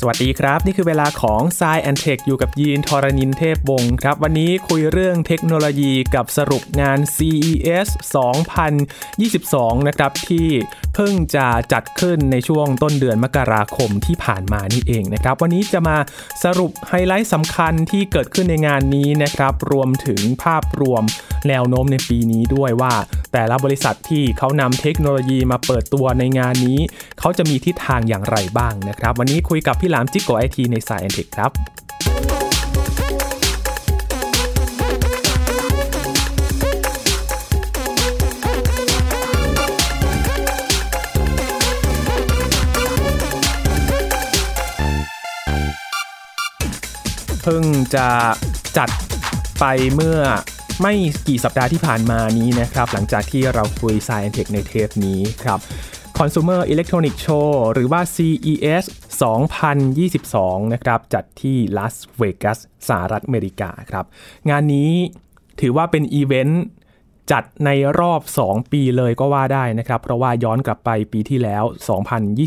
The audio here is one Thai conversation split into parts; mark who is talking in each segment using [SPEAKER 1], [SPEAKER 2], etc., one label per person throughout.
[SPEAKER 1] สวัสดีครับ นี่คือเวลาของ s ซแอนเทคอยู่กับยีนทรณินเทพวงศ์ครับ วันนี้คุยเรื่องเทคโนโลยีกับสรุปงาน CES 2022 นะครับ ที่เพิ่งจะจัดขึ้นในช่วงต้นเดือนมกราคมที่ผ่านมานี่เองนะครับ วันนี้จะมาสรุปไฮไลท์สำคัญที่เกิดขึ้นในงานนี้นะครับ รวมถึงภาพรวมแนวโน้มในปีนี้ด้วยว่า แต่ละบริษัทที่เขานำเทคโนโลยีมาเปิดตัวในงานนี้ เขาจะมีทิศทางอย่างไรบ้างนะครับ วันนี้คุยกับพี่หลามจิกโกไอทีในสายแอนเทคครับ เพิ่งจะจัดไปเมื่อไม่กี่สัปดาห์ที่ผ่านมานี้นะครับ หลังจากที่เราคุย Science Tech ในเทปนี้ครับ Consumer Electronic Show หรือว่า CES 2022 นะครับ จัดที่ลาสเวกัสสหรัฐอเมริกาครับ งานนี้ถือว่าเป็นอีเวนต์ จัดในรอบ 2 ปีเลยก็ว่าได้นะครับ เพราะว่าย้อนกลับไปปีที่แล้ว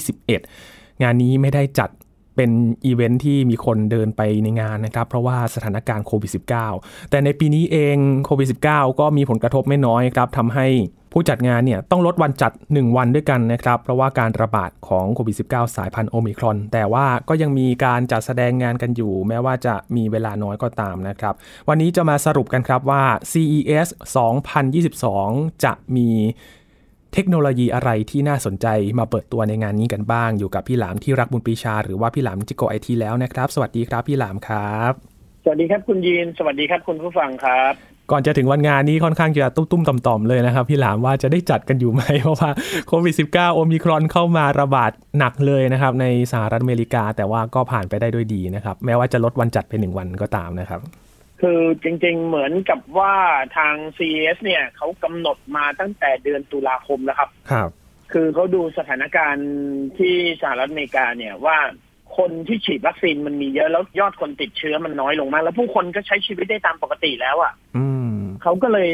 [SPEAKER 1] 2021 งานนี้ไม่ได้จัดเป็นอีเวนท์ที่มีคนเดินไปในงานนะครับ เพราะว่าสถานการณ์โควิด -19 แต่ในปีนี้เองโควิด -19 ก็มีผลกระทบไม่น้อยครับทำให้ผู้จัดงานเนี่ยต้องลดวันจัด 1 วันด้วยกันนะครับ เพราะว่าการระบาดของโควิด -19 สายพันธุ์โอมิครอน แต่ว่าก็ยังมีการจัดแสดงงานกันอยู่ แม้ว่าจะมีเวลาน้อยก็ตามนะครับ วันนี้จะมาสรุปกันครับว่า CES 2022 จะมี เทคโนโลยีอะไรที่น่าสนใจมาเปิดตัวในงานนี้กันบ้าง อยู่กับพี่หลามที่รักบุญปรีชา หรือว่าพี่หลามจิโกไอทีแล้วนะครับ สวัสดีครับพี่หลามครับ
[SPEAKER 2] สวัสดีครับคุณยีน สวัสดีครับคุณผู้ฟังครับ
[SPEAKER 1] ก่อนจะถึงวันงานนี้ค่อนข้างจะตุ้มตุ้มๆต่อมๆเลยนะครับ พี่หลามว่าจะได้จัดกันอยู่ไหม เพราะว่าโควิด -19 โอมิครอนเข้ามาระบาดหนักเลยนะครับ ในสหรัฐอเมริกาแต่ว่าก็ผ่านไปได้ด้วยดีนะครับ แม้ว่าจะลดวันจัดไปหนึ่งวันก็ตามนะครับ
[SPEAKER 2] คือจริงๆเหมือนกับว่าทาง CES เนี่ยเขากำหนดมาตั้งแต่เดือนตุลาคมแล้วครับ
[SPEAKER 1] ครับ
[SPEAKER 2] คือเขาดูสถานการณ์ที่สหรัฐอเมริกาเนี่ยว่าคนที่ฉีดวัคซีนมันมีเยอะแล้วยอดคนติดเชื้อมันน้อยลงมาก แล้วผู้คนก็ใช้ชีวิตได้ตามปกติแล้วอะ่ะ
[SPEAKER 1] อืม
[SPEAKER 2] เขาก็เลย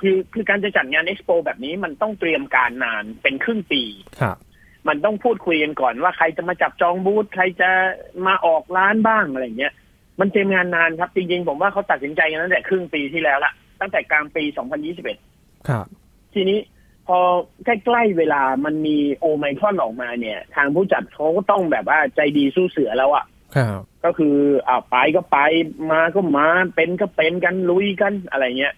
[SPEAKER 2] คือคือการจะจัดงานเอ็กซ์โปแบบนี้มันต้องเตรียมการนานเป็นครึ่งปี
[SPEAKER 1] ครับ
[SPEAKER 2] มันต้องพูดคุยกันก่อนว่าใครจะมาจับจองบูธใครจะมาออกร้านบ้างอะไรอย่างเงี้ยมันเตรียมงานนานครับจริงๆผมว่าเขาตัดสินใจกันตั้งแต่ครึ่งปีที่แล้วละตั้งแต่กลางปี 2021
[SPEAKER 1] ครับ
[SPEAKER 2] ทีนี้พอใกล้ๆเวลามันมีโอไมครอนออกมาเนี่ย ทางผู้จัดเขาก็ต้องแบบว่าใจดีสู้เสือแล้วอะ่ะ
[SPEAKER 1] ครับ
[SPEAKER 2] ก็คืออ่าไปก็ไปมาก็มาเป็นก็เป็นกันลุยกันอะไรเงี้ย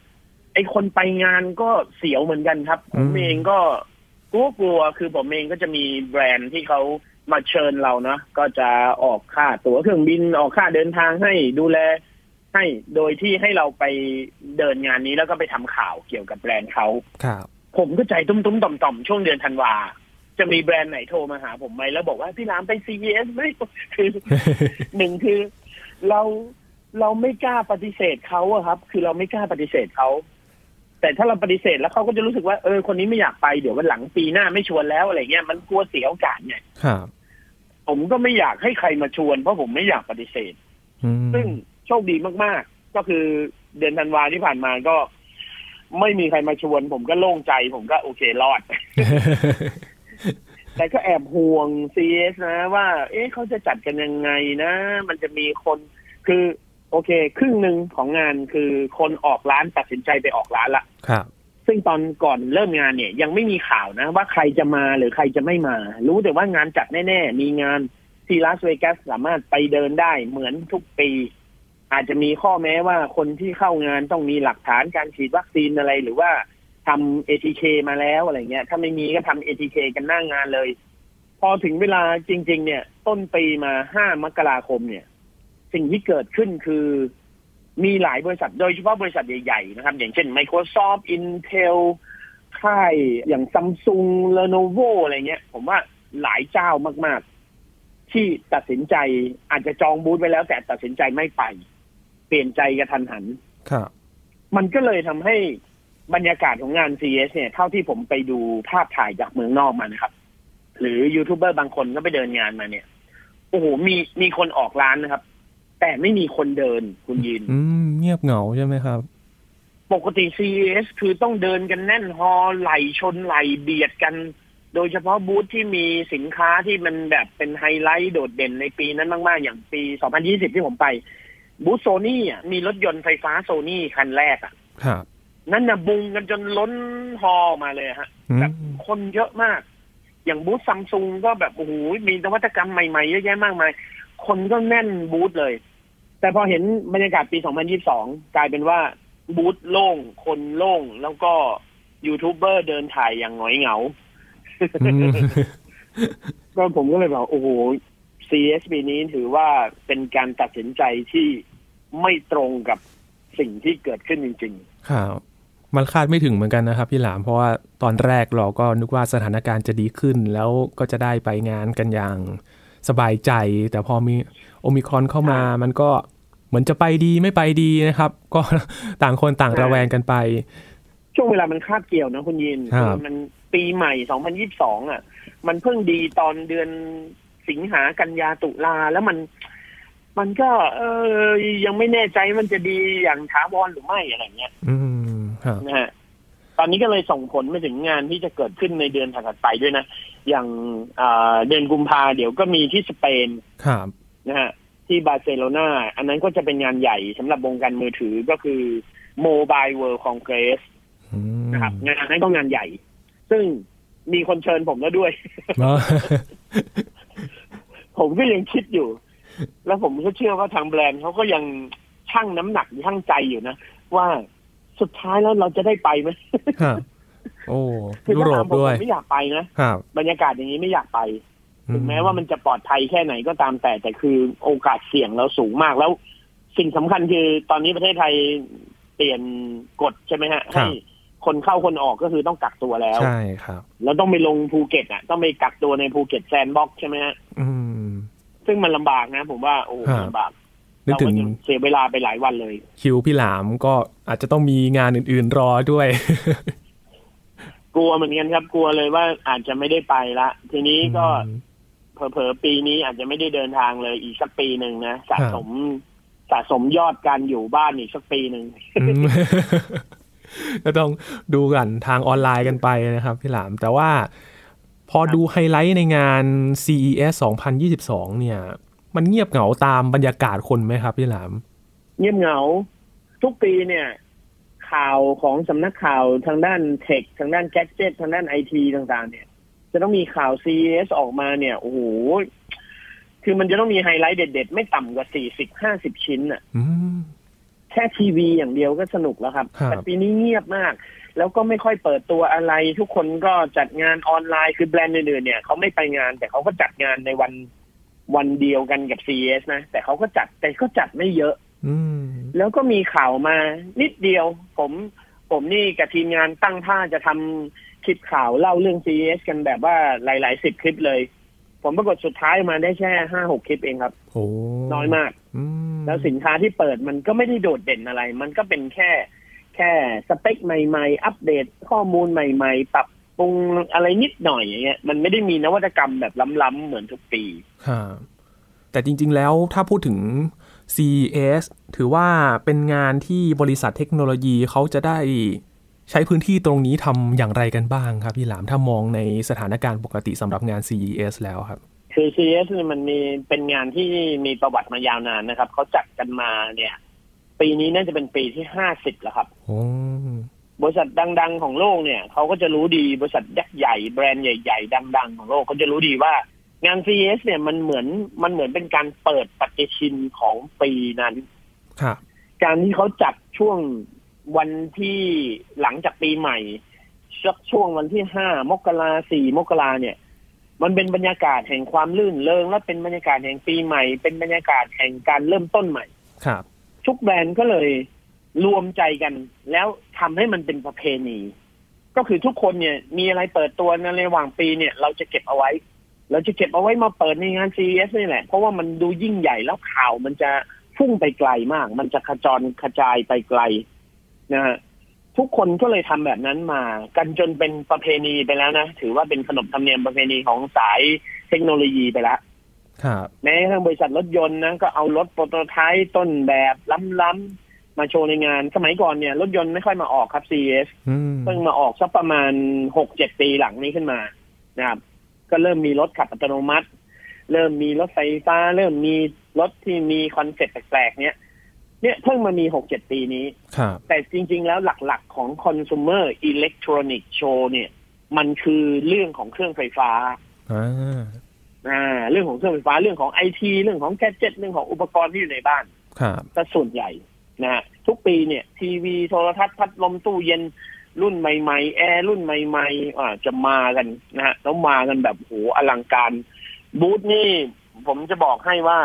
[SPEAKER 2] ไอคนไปงานก็เสียวเหมือนกันครับผมเองก็ กลัวกลัวคือผมเองก็จะมีแบรนด์ที่เขามาเชิญเรานะก็จะออกค่าตั๋วเครื่องบินออกค่าเดินทางให้ดูแล ให้โดยที่ให้เราไปเดินงานนี้แล้วก็ไปทำข่าวเกี่ยวกับแบรนด์เขา
[SPEAKER 1] ครับ
[SPEAKER 2] ผมก็ใจตุ้มตุ้มๆต่อมต่อมๆช่วงเดือนธันวา จะมีแบรนด์ไหนโทรมาหาผมไหมแล้วบอกว่าพี่น้ำไป CES ไหมคือ หนึ่งคือเราเราไม่กล้าปฏิเสธเขาอะครับ คือเราไม่กล้าปฏิเสธเขา แต่ถ้าเราปฏิเสธแล้วเขาก็จะรู้สึกว่าเออคนนี้ไม่อยากไปเดี๋ยววันหลังปีหน้าไม่ชวนแล้วอะไรเงี้ยมันกลัวเสียโอกาสไง
[SPEAKER 1] ครับ
[SPEAKER 2] ผมก็ไม่อยากให้ใครมาชวนเพราะผมไม่อยากปฏิเสธ
[SPEAKER 1] อืม
[SPEAKER 2] ซึ่งโชคดีมากๆ ก็คือเดือนธันวาที่ผ่านมาก็ ไม่มีใครมาชวน ผมก็โล่งใจ ผมก็โอเครอด แต่ก็แอบห่วง CS นะว่า เอ๊ะเขาจะจัดกันยังไงนะ มันจะมีคน คือ โอเค ครึ่งหนึ่งของงานคือคนออกร้านตัดสินใจไปออกร้านละ
[SPEAKER 1] ครับ
[SPEAKER 2] ซึ่งตอนก่อนเริ่มงานเนี่ย ยังไม่มีข่าวนะ ว่าใครจะมาหรือใครจะไม่มา รู้แต่ว่างานจัดแน่ ๆ มีงานที่ลาสเวกัสสามารถไปเดินได้เหมือนทุกปี อาจจะมีข้อแม้ว่าคนที่เข้างานต้องมีหลักฐานการฉีดวัคซีนอะไรหรือว่าทำ ATK มาแล้วอะไรเงี้ย ถ้าไม่มีก็ทำ ATK กันหน้างงานเลย พอถึงเวลาจริง ๆ เนี่ย ต้นปีมา 5 มกราคมเนี่ย สิ่งที่เกิดขึ้นคือ มีหลายบริษัทโดยเฉพาะบริษัทใหญ่ ๆ นะครับ อย่างเช่น Microsoft Intel ค่ายอย่างซัมซุง Lenovo อะไรเงี้ย ผมว่าหลายเจ้ามาก ๆ ที่ตัดสินใจอาจจะจองบูธไว้แล้ว แต่ตัดสินใจไม่ไป เปลี่ยนใจกระทันหัน
[SPEAKER 1] ครับ
[SPEAKER 2] มันก็เลยทำให้บรรยากาศของงาน CES เนี่ย เท่าที่ผมไปดูภาพถ่ายจากเมืองนอกมานะครับ หรือยูทูบเบอร์บางคนก็ไปเดินงานมาเนี่ย โอ้โหมีมีคนออกร้านนะครับ แต่ไม่มีคนเดินคุณยิน
[SPEAKER 1] อืมเงียบเหงาใช่ไหมครับ
[SPEAKER 2] ปกติ CES คือต้องเดินกันแน่นฮอลไหลชนไหลเบียดกัน โดยเฉพาะบูธที่มีสินค้าที่มันแบบเป็นไฮไลท์โดดเด่นในปีนั้นมาก ๆ อย่างปี 2020 ที่ผมไป บูธโซนี่อ่ะมีรถยนต์ไฟฟ้าโซนี่คันแรกอ่ะ
[SPEAKER 1] ครับ
[SPEAKER 2] นั่นนะบุงกันจนล้นฮอลล์มาเลยฮะ
[SPEAKER 1] อืม
[SPEAKER 2] แบบคนเยอะมาก อย่างบูธซัมซุงก็แบบโอ้โหมีนวัตกรรมใหม่ ๆ เยอะแยะมากมาย คนก็แน่นบูธเลย แต่พอเห็นบรรยากาศปี 2022 กลายเป็นว่าบูธโล่ง คนโล่ง แล้วก็ยูทูบเบอร์เดินถ่ายอย่างหงอยเหงา
[SPEAKER 1] อืม
[SPEAKER 2] ก็ผมก็เลยบอกโอ้โห CSB นี้ถือว่าเป็นการตัดสินใจที่ไม่ตรงกับสิ่งที่เกิดขึ้นจริง ๆ
[SPEAKER 1] ครับมันคาดไม่ถึงเหมือนกันนะครับพี่หลามเพราะว่าตอนแรกเราก็นึกว่าสถานการณ์จะดีขึ้น แล้วก็จะได้ไปงานกันอย่างสบายใจ แต่พอมีโอมิครอนเข้ามา มันก็เหมือนจะไปดีไม่ไปดีนะครับ ก็ ต่างคนต่างระแวงกันไป
[SPEAKER 2] ช่วงเวลามันคาบเกี่ยวนะคุณยิน
[SPEAKER 1] ครับ
[SPEAKER 2] คือมันปีใหม่ 2022 อ่ะ มันเพิ่งดีตอนเดือนสิงหากันยาตุลาแล้วมัน มันก็ เออยังไม่แน่ใจมันจะดีอย่างถาวรหรือไม่อะไรเงี้ย
[SPEAKER 1] อืมครับ
[SPEAKER 2] นะฮะ ตอนนี้ก็เลยส่งผลไปถึงงานที่จะเกิดขึ้นในเดือนถัดๆไปด้วยนะ อย่างอ่าเดือนกุมภาเดี๋ยวก็มีที่สเปน
[SPEAKER 1] ครับ
[SPEAKER 2] นะฮะที่บาร์เซโลนาอันนั้นก็จะเป็นงานใหญ่สำหรับวงการมือถือก็คือ Mobile World Congress
[SPEAKER 1] อืม
[SPEAKER 2] นะครับงานนั้นก็งานใหญ่ ซึ่งมีคนเชิญผมแล้วด้วย
[SPEAKER 1] อ๋อ
[SPEAKER 2] ผมก็ยังคิดอยู่ แล้วผมก็เชื่อว่าทางแบรนด์เขาก็ยังชั่งน้ำหนักชั่งใจอยู่นะ ว่าสุดท้ายแล้วเราจะได้ไปไหม
[SPEAKER 1] ครับโอ้
[SPEAKER 2] คือ
[SPEAKER 1] ยุ
[SPEAKER 2] ถ้า
[SPEAKER 1] โร
[SPEAKER 2] ถา
[SPEAKER 1] ป
[SPEAKER 2] มผม
[SPEAKER 1] ด้วย
[SPEAKER 2] ผมไม่อยากไปนะครับ บรรยากาศอย่างนี้ไม่อยากไป ถึงแม้ว่ามัน
[SPEAKER 1] อื
[SPEAKER 2] จะปลอดภัยแค่ไหนก็ตามแต่ แต่คือโอกาสเสี่ยงเราสูงมากแล้ว สิ่งสำคัญคือตอนนี้ประเทศไทยเปลี่ยนกฎใช่ไหมฮะให้คนเข้าคนออกก็คือต้องกักตัวแล้ว
[SPEAKER 1] ใช่ครับ
[SPEAKER 2] แล้วต้องไปลงภูเก็ตอ่ะ ต้องไปกักตัวในภูเก็ตแซนด์บ็อกซ์ใช่ไหมฮะ
[SPEAKER 1] อืม
[SPEAKER 2] ซึ่งมันลำบากนะ ผมว่าโอ้โห
[SPEAKER 1] ฮะ
[SPEAKER 2] ลำบาก
[SPEAKER 1] นึก
[SPEAKER 2] เรา
[SPEAKER 1] ถึ
[SPEAKER 2] ก็
[SPEAKER 1] ง
[SPEAKER 2] ยังเสียเวลาไปหลายวันเลย
[SPEAKER 1] คิวพี่หลามก็อาจจะต้องมีงานอื่นๆรอด้วย
[SPEAKER 2] กลัวเหมือนกันครับกลัวเลยว่าอาจจะไม่ได้ไปละ ทีนี้ก็ เผลอๆปีนี้อาจจะไม่ได้เดินทางเลยอีกสักปีหนึ่งนะสะสมสะสมยอดการอยู่บ้านอีกสักปีหนึ่ง
[SPEAKER 1] อืม ก็ต้องดูกันทางออนไลน์กันไปนะครับพี่หลาม แต่ว่าพอดูไฮไลท์ในงาน CES 2022 เนี่ย มันเงียบเหงาตามบรรยากาศคนไหมครับพี่หลาม
[SPEAKER 2] เงียบเหงา ทุกปีเนี่ย ข่าวของสำนักข่าวทางด้านเทคทางด้านแก d เจ t ทางด้านไอทีต่างๆ เนี่ย จะต้องมีข่าว CES ออกมาเนี่ยโอ้โหคือมันจะต้องมีไฮไลท์เด็ดๆ ไม่ต่ำกว่าสี่สิบห้าสิบชิ้นอะ
[SPEAKER 1] อืม
[SPEAKER 2] แค่ทีวีอย่างเดียวก็สนุกแล้วครับ
[SPEAKER 1] ครับ
[SPEAKER 2] แต่ปีนี้เงียบมาก แล้วก็ไม่ค่อยเปิดตัวอะไร ทุกคนก็จัดงานออนไลน์คือแบรนด์อื่นๆเนี่ยเขาไม่ไปงาน แต่เขาก็จัดงานในวันวันเดียวกันกับ CES นะ แต่เขาก็จัดแต่ก็จัดไม่เยอะ
[SPEAKER 1] อืม
[SPEAKER 2] แล้วก็มีข่าวมานิดเดียว ผมผมนี่กับทีมงานตั้งท่าจะทำคลิปข่าวเล่าเรื่อง CES กันแบบว่าหลายๆสิบคลิปเลย ผมปรากฏสุดท้ายมาได้แค่ห้าหกคลิปเองครับ
[SPEAKER 1] โอ้
[SPEAKER 2] น้อยมาก
[SPEAKER 1] อืม
[SPEAKER 2] แล้วสินค้าที่เปิดมันก็ไม่ได้โดดเด่นอะไร มันก็เป็นแค่ แค่สเปคใหม่ๆ อัปเดตข้อมูลใหม่ๆ ปรับปรุงอะไรนิดหน่อยอย่างเงี้ย มันไม่ได้มีนวัตกรรมแบบล้ำๆเหมือนทุกปี
[SPEAKER 1] ครับแต่จริงๆ แล้วถ้าพูดถึง CES ถือว่าเป็นงานที่บริษัทเทคโนโลยีเขาจะได้ใช้พื้นที่ตรงนี้ทำอย่างไรกันบ้างครับพี่หลามถ้ามองในสถานการณ์ปกติสำหรับงาน CES แล้วครับ
[SPEAKER 2] คือ CES เนี่ยมันมีเป็นงานที่มีประวัติมายาวนานนะครับ เขาจัดกันมาเนี่ย ปีนี้น่าจะเป็นปีที่ห้าสิบแล้วครับ
[SPEAKER 1] โอ้
[SPEAKER 2] บริษัทดัง ๆ ของโลกเนี่ยเขาก็จะรู้ดีบริษัทยักษ์ใหญ่แบรนด์ใหญ่ๆ ดัง ๆ ของโลกเขาจะรู้ดีว่างาน CES เนี่ยมันเหมือนมันเหมือนเป็นการเปิดปฏิทินของปีนั้น
[SPEAKER 1] ครับ
[SPEAKER 2] การที่เขาจัดช่วงวันที่หลังจากปีใหม่สักช่วงวันที่ห้ามกราสี่มกราเนี่ย มันเป็นบรรยากาศแห่งความลื่นเลงและเป็นบรรยากาศแห่งปีใหม่ เป็นบรรยากาศแห่งการเริ่มต้นใหม่
[SPEAKER 1] ครับ
[SPEAKER 2] ทุกแบรนด์ก็เลยรวมใจกัน แล้วทำให้มันเป็นประเพณี ก็คือทุกคนเนี่ย มีอะไรเปิดตัวในระหว่างปีเนี่ย เราจะเก็บเอาไว้ เราจะเก็บเอาไว้มาเปิดในงาน CES นี่แหละ เพราะว่ามันดูยิ่งใหญ่แล้วข่าวมันจะพุ่งไปไกลมาก มันจะขจรกระจายไปไกลนะฮะทุกคนก็เลยทำแบบนั้นมา กันจนเป็นประเพณีไปแล้วนะถือว่าเป็นขนบธรรมเนียมประเพณีของสายเทคโนโลยีไปแล้ว
[SPEAKER 1] ครับ
[SPEAKER 2] แม้กระทั่งบริษัทรถยนต์นะก็เอารถโปรโตไทป์ต้นแบบล้ำๆมาโชว์ในงาน สมัยก่อนเนี่ย รถยนต์ไม่ค่อยมาออกครับ CES
[SPEAKER 1] อืม
[SPEAKER 2] เพิ่งมาออกสักประมาณหกเจ็ดปีหลังนี้ขึ้นมา นะครับ ก็เริ่มมีรถขับอัตโนมัติ เริ่มมีรถไฟฟ้า เริ่มมีรถที่มีคอนเซ็ปต์แปลกๆเนี้ยเนี่ยเพิ่งมามีหกเจ็ดปีนี้
[SPEAKER 1] ครับ
[SPEAKER 2] แต่จริง ๆ แล้วหลักๆ ของ consumer electronic show เนี่ย มันคือเรื่องของเครื่องไฟฟ้า
[SPEAKER 1] อ่า
[SPEAKER 2] อ่า เรื่องของเครื่องไฟฟ้าเรื่องของไอทีเรื่องของแกจิตเรื่องของอุปกรณ์ที่อยู่ในบ้าน
[SPEAKER 1] ครับ
[SPEAKER 2] ซะส่วนใหญ่นะฮะทุกปีเนี่ย ทีวีโทรทัศน์พัดลมตู้เย็นรุ่นใหม่ๆ แอร์รุ่นใหม่ๆอ่าจะมากันนะฮะแล้วมากันแบบโหอลังการ บูธนี่ ผมจะบอกให้ว่า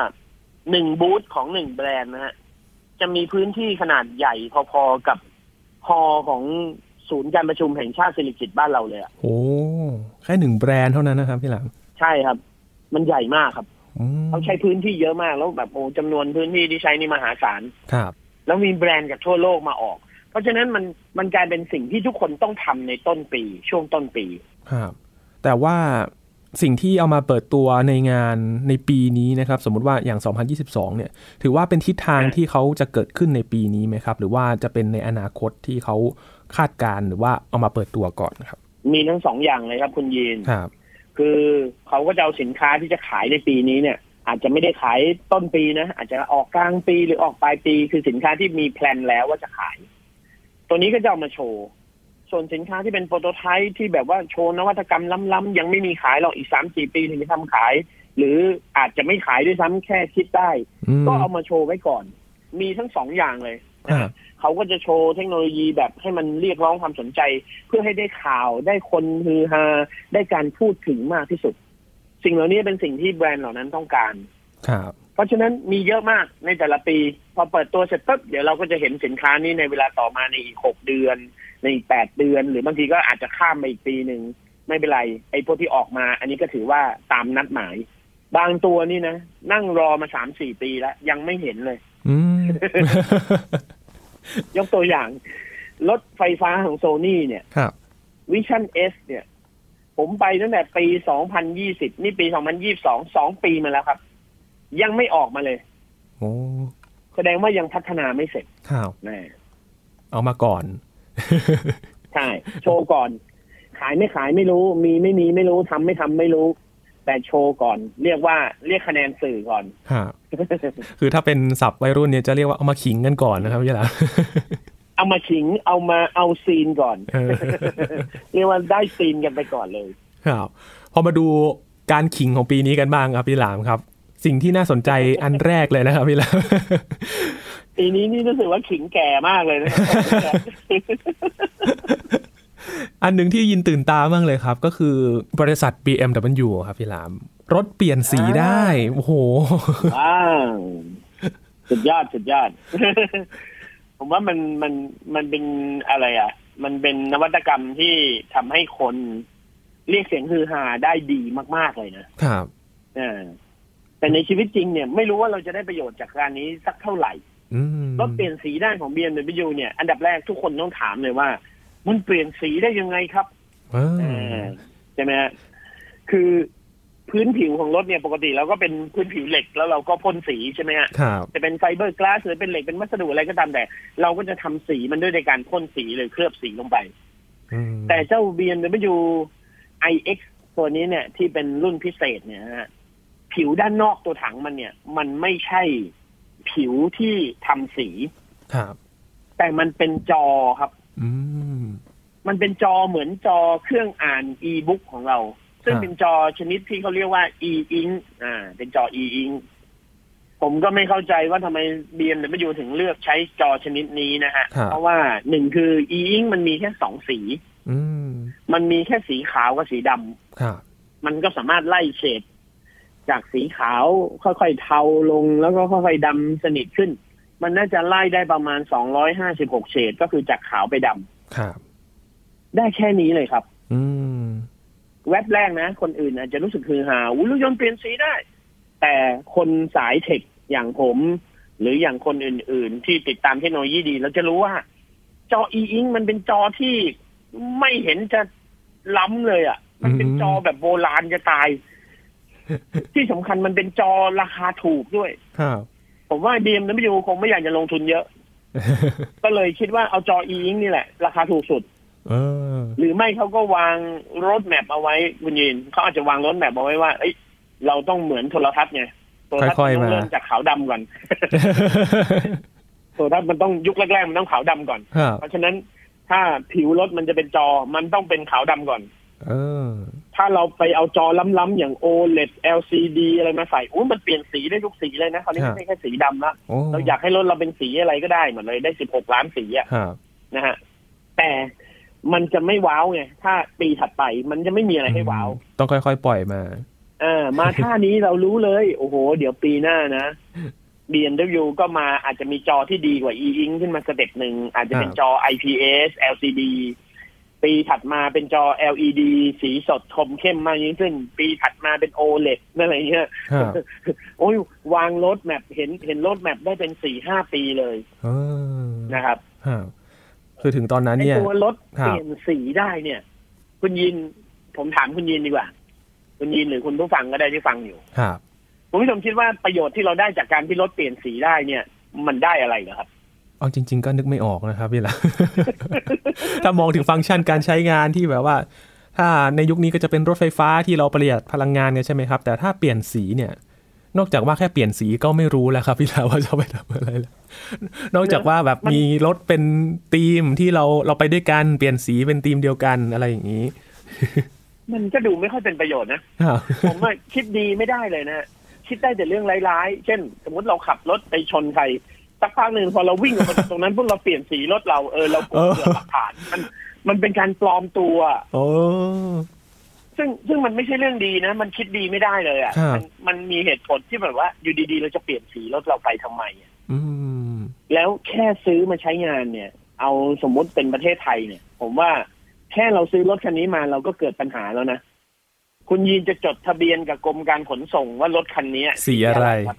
[SPEAKER 2] หนึ่งบูธของหนึ่งแบรนด์นะฮะจะมีพื้นที่ขนาดใหญ่พอๆกับฮอลล์ของศูนย์การประชุมแห่งชาติสิริกิติ์บ้านเราเลยอะ
[SPEAKER 1] โอ้ แค่หนึ่งแบรนด์เท่านั้นนะครับพี่หลัง
[SPEAKER 2] ใช่ครับ มันใหญ่มากครับ
[SPEAKER 1] อืม
[SPEAKER 2] เขาใช้พื้นที่เยอะมากแล้วแบบโอ้จำนวนพื้นที่ที่ใช้นี่มหาศาล
[SPEAKER 1] ครับ
[SPEAKER 2] แล้วมีแบรนด์จากทั่วโลกมาออก เพราะฉะนั้นมันมันกลายเป็นสิ่งที่ทุกคนต้องทำในต้นปี ช่วงต้นปี
[SPEAKER 1] ครับ แต่ว่าสิ่งที่เอามาเปิดตัวในงานในปีนี้นะครับ สมมติว่าอย่าง 2022 เนี่ย ถือว่าเป็นทิศทางที่เขาจะเกิดขึ้นในปีนี้ไหมครับ หรือว่าจะเป็นในอนาคตที่เขาคาดการณ์หรือว่าเอามาเปิดตัวก่อนครับ
[SPEAKER 2] มีทั้งสองอย่างเลยครับคุณยีน
[SPEAKER 1] ครับ
[SPEAKER 2] คือเขาก็จะเอาสินค้าที่จะขายในปีนี้เนี่ย อาจจะไม่ได้ขายต้นปีนะ อาจจะออกกลางปีหรือออกปลายปีคือสินค้าที่มีแพลนแล้วว่าจะขาย ตัวนี้ก็จะเอามาโชว์ ส่วนสินค้าที่เป็นโปรโตไทป์ที่แบบว่าโชว์นวัตกรรมล้ำๆยังไม่มีขายหรอกอีกสามสี่ปีถึงจะทำขาย หรืออาจจะไม่ขายด้วยซ้ำแค่คิดได้
[SPEAKER 1] อืม
[SPEAKER 2] ก็เอามาโชว์ไว้ก่อน มีทั้งสองอย่างเลย
[SPEAKER 1] อ่า
[SPEAKER 2] เขาก็จะโชว์เทคโนโลยีแบบให้มันเรียกร้องความสนใจ เพื่อให้ได้ข่าวได้คนฮือฮาได้การพูดถึงมากที่สุด สิ่งเหล่านี้เป็นสิ่งที่แบรนด์เหล่านั้นต้องการ
[SPEAKER 1] ครับ
[SPEAKER 2] เพราะฉะนั้นมีเยอะมากในแต่ละปี พอเปิดตัวเสร็จปุ๊บเดี๋ยวเราก็จะเห็นสินค้านี้ในเวลาต่อมาในอีกหกเดือน ในอีกแปดเดือน หรือบางทีก็อาจจะข้ามไปอีกปีหนึ่งไม่เป็นไรไอ้พวกที่ออกมา อันนี้ก็ถือว่าตามนัดหมาย บางตัวนี่นะ นั่งรอมาสามสี่ปีแล้วยังไม่เห็นเลย
[SPEAKER 1] อืม
[SPEAKER 2] ยกตัวอย่างรถไฟฟ้าของโซนี่เนี่ย
[SPEAKER 1] ครับ
[SPEAKER 2] วิชั่นเอสเนี่ย ผมไปตั้งแต่ปี 2020 นี่ปี 2022 สองปีมาแล้วครับ ยังไม่ออกมาเลย
[SPEAKER 1] โอ้
[SPEAKER 2] แสดงว่ายังพัฒนาไม่เสร็จ
[SPEAKER 1] ข่าว
[SPEAKER 2] แน่
[SPEAKER 1] เอามาก่อน
[SPEAKER 2] ใช่ โชว์ก่อน ขายไม่ขายไม่รู้ มีไม่มีไม่รู้ทำไม่ทำไม่รู้ แต่โชว์ก่อน เรียกว่าเรียกคะแนนสื่อก่อน
[SPEAKER 1] ครับ คือถ้าเป็นศัพท์วัยรุ่นเนี่ยจะเรียกว่าเอามาขิงกันก่อนนะครับ พี่หลัง
[SPEAKER 2] เอามาขิงเอามาเอาซีนก่อน
[SPEAKER 1] เออ
[SPEAKER 2] เรียกว่าได้ซีนกันไปก่อนเลย
[SPEAKER 1] ครับพอมาดูการขิงของปีนี้กันบ้างครับพี่หลามครับ สิ่งที่น่าส นใจอันแรกเลยนะครับพี่หลาม
[SPEAKER 2] ปีนี้นี่รู้สึกว่าขิงแก่มากเลยนะ
[SPEAKER 1] อันหนึ่งที่ยินตื่นตามากเลยครับ ก็คือบริษัท BMW ครับพี่หลาม รถเปลี่ยนสีได้ โอ้โห
[SPEAKER 2] ว้าวสุดยอดสุดยอด ผมว่ามันมันมันเป็นอะไรอ่ะ มันเป็นนวัตกรรมที่ทำให้คนเรียกเสียงฮือฮาได้ดีมาก ๆ เลยนะครับ เออแต่ในชีวิตจริงเนี่ย ไม่รู้ว่าเราจะได้ประโยชน์จากการนี้สักเท่าไหร่
[SPEAKER 1] อืม
[SPEAKER 2] รถเปลี่ยนสีได้ของ BMW เนี่ย อันดับแรกทุกคนต้องถามเลยว่า มันเปลี่ยนสีได้ยังไงครับ
[SPEAKER 1] เออ
[SPEAKER 2] ใช่ไหมฮะคือพื้นผิวของรถเนี่ยปกติเราก็เป็นพื้นผิวเหล็กแล้วเราก็พ่นสีใช่ไหมฮะ
[SPEAKER 1] ครับ
[SPEAKER 2] จะเป็นไฟเบอร์กลาสหรือเป็นเหล็กเป็นวัสดุอะไรก็ตามแต่ เราก็จะทำสีมันด้วยในการพ่นสีหรือเคลือบสีลงไป
[SPEAKER 1] อืม
[SPEAKER 2] แต่เจ้า BMW iX ตัวนี้เนี่ย ที่เป็นรุ่นพิเศษเนี่ยฮะผิวด้านนอกตัวถังมันเนี่ย มันไม่ใช่ผิวที่ทำสี
[SPEAKER 1] ครับ
[SPEAKER 2] แต่มันเป็นจอครับ
[SPEAKER 1] อืม
[SPEAKER 2] มันเป็นจอเหมือนจอเครื่องอ่าน e-book ของเรา ซึ่ง
[SPEAKER 1] ครับ
[SPEAKER 2] เป็นจอชนิดที่เขาเรียกว่า e-ink อ่า เป็นจอ e-ink ผมก็ไม่เข้าใจว่าทำไม BMW ถึงเลือกใช้จอชนิดนี้นะฮะ
[SPEAKER 1] ครับ
[SPEAKER 2] เพราะว่าหนึ่งคือ e-ink มันมีแค่สองสี
[SPEAKER 1] อืม
[SPEAKER 2] มันมีแค่สีขาวกับสีด
[SPEAKER 1] ครับ
[SPEAKER 2] ำ มันก็สามารถไล่เฉดจากสีขาวค่อยๆเทาลงแล้วก็ค่อยๆดำสนิทขึ้น มันน่าจะไล่ได้ประมาณ 256 เฉดก็คือจากขาวไปด
[SPEAKER 1] ครับ
[SPEAKER 2] ำ ได้แค่นี้เลยครับ
[SPEAKER 1] อืม
[SPEAKER 2] แว็บแรกนะ คนอื่นอาจจะรู้สึกฮือฮาอุ้ยรถยนต์เปลี่ยนสีได้ แต่คนสายเทคอย่างผม หรืออย่างคนอื่น ๆ ที่ติดตามเทคโนโลยีดี เราจะรู้ว่า จอ e ink มันเป็นจอที่ไม่เห็นจะล้ำเลยอะ่ะ มันเป็นจอแบบโบราณจะตาย ที่สำคัญมันเป็นจอราคาถูกด้วย
[SPEAKER 1] ครับ
[SPEAKER 2] ผมว่า BMW คงไม่อยากจะลงทุนเยอะ ก็เลยคิดว่าเอาจอ e ink นี่แหละ ราคาถูกสุด
[SPEAKER 1] เ เออ
[SPEAKER 2] หรือไม่เขาก็วางรถแมพเอาไว้คุณยินเขาอาจจะวางรถแมพเอาไว้ว่าเอ้ยเราต้องเหมือนโทรทัศน์ไงโทรทัศน์
[SPEAKER 1] ค่อยๆ
[SPEAKER 2] มันต้อง
[SPEAKER 1] มา
[SPEAKER 2] เริ่มจากขาวดำก่อนโทรทัศน์มันต้องยุคแรกๆมันต้องขาวดำก่อน
[SPEAKER 1] ครับ
[SPEAKER 2] เพราะฉะนั้นถ้าผิวรถมันจะเป็นจอมันต้องเป็นขาวดำก่อน
[SPEAKER 1] เออ
[SPEAKER 2] ถ้าเราไปเอาจอล้ำๆอย่าง OLED LCD อะไรมาใส่อุ้ยมันเปลี่ยนสีได้ทุกสีเลยนะคราวนี้
[SPEAKER 1] ฮะ
[SPEAKER 2] ไม่ใช่แค่สีดำละ
[SPEAKER 1] โอ้
[SPEAKER 2] เราอยากให้รถเราเป็นสีอะไรก็ได้เหมือนเลยได้สิบหกล้านสีอะ
[SPEAKER 1] ครับ
[SPEAKER 2] นะฮะแต่มันจะไม่ว้าวไงถ้าปีถัดไปมันจะไม่มีอะไรให้ว้าว
[SPEAKER 1] อืมต้องค่อยๆ ปล่อยมา
[SPEAKER 2] เออมาท่านี้เรารู้เลย โอ้โห เดี๋ยวปีหน้านะ BMW ก็มาอาจจะมีจอที่ดีกว่า e i n k ขึ้นมาสเต็ปหนึ่ง อาจจะเป็น
[SPEAKER 1] ครับ
[SPEAKER 2] จอ IPS LCD ปีถัดมาเป็นจอ LED สีสดคมเข้มมากยิ่งขึ้น ปีถัดมาเป็น OLED อะไรเงี้ย
[SPEAKER 1] ครับ
[SPEAKER 2] โอ้ยวางรถแมพเห็นเห็นรถแมพได้เป็นสี่ห้าปีเลย
[SPEAKER 1] เออ
[SPEAKER 2] นะครับ
[SPEAKER 1] ครับคือถึงตอนนั้น
[SPEAKER 2] ไอ
[SPEAKER 1] เนี่ย
[SPEAKER 2] ตัวรถ
[SPEAKER 1] ครั
[SPEAKER 2] เป
[SPEAKER 1] บ
[SPEAKER 2] ลี่ยนสีได้เนี่ย คุณยินผมถามคุณยินดีกว่า คุณยินหรือคุณผู้ฟังก็ได้ที่ฟังอยู่
[SPEAKER 1] ครับ
[SPEAKER 2] คุณผู้ชมคิดว่าประโยชน์ที่เราได้จากการที่รถเปลี่ยนสีได้เนี่ย มันได้อะไรเหรอครับ
[SPEAKER 1] เอาจริง ๆ ก็นึกไม่ออกนะครับพี่หละ ถ้ามองถึงฟังก์ชันการใช้งานที่แบบว่า ถ้าในยุคนี้ก็จะเป็นรถไฟฟ้าที่เราประหยัดพลังงานกันใช่ไหมครับ แต่ถ้าเปลี่ยนสีเนี่ย นอกจากว่าแค่เปลี่ยนสีก็ไม่รู้แล้วครับพี่ หลาว่าจะเอาไปทำอะไรแล้วนอกจากว่าแบบมีรถเป็นธีมที่เราเราไปด้วยกันเปลี่ยนสีเป็นธีมเดียวกันอะไรอย่างนี้
[SPEAKER 2] มันก็ดูไม่ค่อยเป็นประโยชน์นะ
[SPEAKER 1] ครับ
[SPEAKER 2] ผมว่าคิดดีไม่ได้เลยนะคิดได้แต่เรื่องร้ายๆ เช่น สมมติเราขับรถไปชนใครสักพักหนึ่งพอเราวิ่งออกมาจากตรงนั้นพวกเราเปลี่ยนสีรถเราเออเรากลัวเกิดหลัก ฐานมันมันเป็นการปลอมตัว
[SPEAKER 1] โอ้
[SPEAKER 2] ซึ่งซึ่งมันไม่ใช่เรื่องดีนะ มันคิดดีไม่ได้เลย
[SPEAKER 1] ครั
[SPEAKER 2] อะ่ะ
[SPEAKER 1] บ
[SPEAKER 2] มันมันมีเหตุผลที่แบบว่า อยู่ดีๆ เราจะเปลี่ยนสีรถเราไปทำไมอะ
[SPEAKER 1] อืม
[SPEAKER 2] แล้วแค่ซื้อมาใช้งานเนี่ย เอาสมมติเป็นประเทศไทยเนี่ย ผมว่าแค่เราซื้อรถคันนี้มาเราก็เกิดปัญหาแล้วนะ คุณยีนจะจดทะเบียนกับกรมการขนส่งว่ารถคันนี้
[SPEAKER 1] สีอะไร
[SPEAKER 2] คบ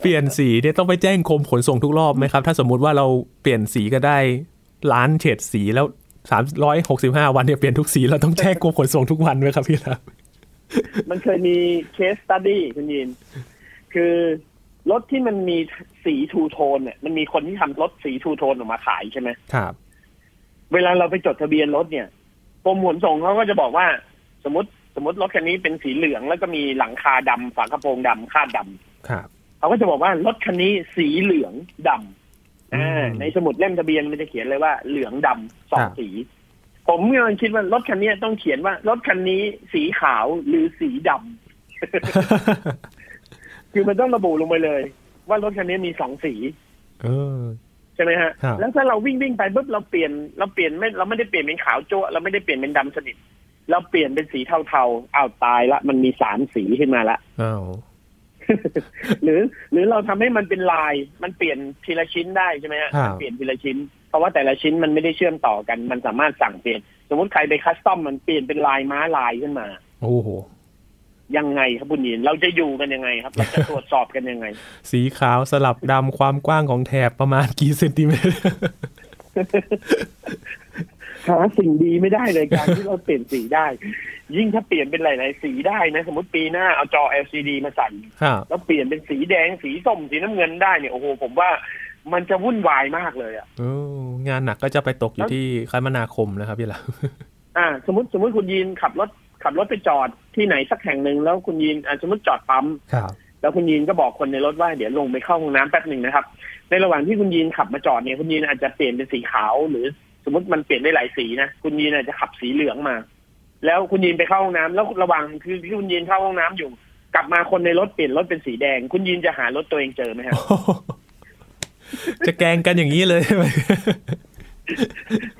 [SPEAKER 1] เปลี่ยนสีเนี่ยต้องไปแจ้งกรมขนส่งทุกรอบไหมครับ ถ้าสมมุติว่าเราเปลี่ยนสีก็ได้ล้านเฉดสีแล้วสามร้อยหกสิบห้าวันเนี่ยเปลี่ยนทุกสีเราต้องแจ้งกรมขนส่งทุกวันไหมครับพี่ครับ
[SPEAKER 2] มันเคยมีเคสตัดดี้คุณยีนคือรถที่มันมีสีทูโทนเนี่ยมันมีคนที่ทำรถสีทูโทนออกมาขายใช่ไหม
[SPEAKER 1] ครับ
[SPEAKER 2] เวลาเราไปจดทะเบียนรถเนี่ยกรมขนส่งเขาก็จะบอกว่า สมมติสมมติรถคันนี้เป็นสีเหลืองแล้วก็มีหลังคาดำฝากระโปรงดำคาดดำ
[SPEAKER 1] ครับ
[SPEAKER 2] เขาก็จะบอกว่ารถคันนี้สีเหลืองดำ
[SPEAKER 1] อื
[SPEAKER 2] อ่าม ในสมุดเล่มทะเบียนมันจะเขียนเลยว่าเหลืองดำสอ
[SPEAKER 1] ครั
[SPEAKER 2] ง
[SPEAKER 1] บ
[SPEAKER 2] สี ผมกำลังคิดว่ารถคันนี้ต้องเขียนว่ารถคันนี้สีขาวหรือสีดำคือมันต้องระบุลงไปเลย ว่ารถคันนี้มีสองสี
[SPEAKER 1] เออ
[SPEAKER 2] ใช่ไหมฮะ
[SPEAKER 1] ครับ
[SPEAKER 2] แล้วถ้าเราวิ่งวิ่งไปปุ๊บเราเปลี่ยนเราเปลี่ยนไม่เราไม่ได้เปลี่ยนเป็นขาวโจ้เราไม่ได้เปลี่ยนเป็นดำสนิทเราเปลี่ยนเป็นสีเทาๆอ้าวตายละมันมีสามสีขึ้นมาละ
[SPEAKER 1] อ้าว
[SPEAKER 2] หรือหรือเราทำให้มันเป็นลายมันเปลี่ยนทีละชิ้นได้ใช่ไหมฮะ
[SPEAKER 1] ครับ
[SPEAKER 2] เปลี่ยนทีละชิ้น เพราะว่าแต่ละชิ้นมันไม่ได้เชื่อมต่อกัน มันสามารถสั่งเปลี่ยน สมมติใครไปคัสตอมมันเปลี่ยนเป็นลายม้าลายขึ้นมา
[SPEAKER 1] โอ้โห
[SPEAKER 2] ยังไงครับคุณยินเราจะอยู่กันยังไงครับ เราจะตรวจสอบกันยังไง
[SPEAKER 1] สีขาวสลับดำความกว้างของแถบประมาณกี่เซนติเมตร
[SPEAKER 2] หาสิ่งดีไม่ได้เลยการที่เราเปลี่ยนสีได้ ยิ่งถ้าเปลี่ยนเป็นหลายๆสีได้นะ สมมติปีหน้าเอาจอ LCD มาใส่
[SPEAKER 1] ครับ
[SPEAKER 2] แล้วเปลี่ยนเป็นสีแดงสีส้มสีน้ำเงินได้เนี่ยโอ้โหผมว่ามันจะวุ่นวายมากเลยอะ
[SPEAKER 1] โอ้งานหนักก็จะไปตกอยู่ที่คมนาคมนะครับพี่หลา
[SPEAKER 2] อ่าสมมติสมมติคุณยีนขับรถขับรถไปจอดที่ไหนสักแห่งหนึ่งแล้วคุณยีนอ่าสมมติจอดปั๊ม
[SPEAKER 1] ครับ
[SPEAKER 2] แล้วคุณยีนก็บอกคนในรถว่าเดี๋ยวลงไปเข้าห้องน้ำแป๊บหนึ่งนะครับ ในระหว่างที่คุณยีนขับมาจอดเนี่ยคุณยีนอาจจะเปลี่ยนเป็นสีขาว หรือสมมติมันเปลี่ยนได้หลายสีนะคุณยีนอาจจะขับสีเหลืองมา แล้วคุณยีนไปเข้าห้องน้ำแล้วระหว่างคือที่คุณยีนเข้าห้องน้ำอยู่ กลับมาคนในรถเปลี่ยนรถเป็นสีแดง คุณยีนจะหารถตัวเองเจอไหมฮะ
[SPEAKER 1] จะแกล้งกันอย่างนี้เลยใช่ไหม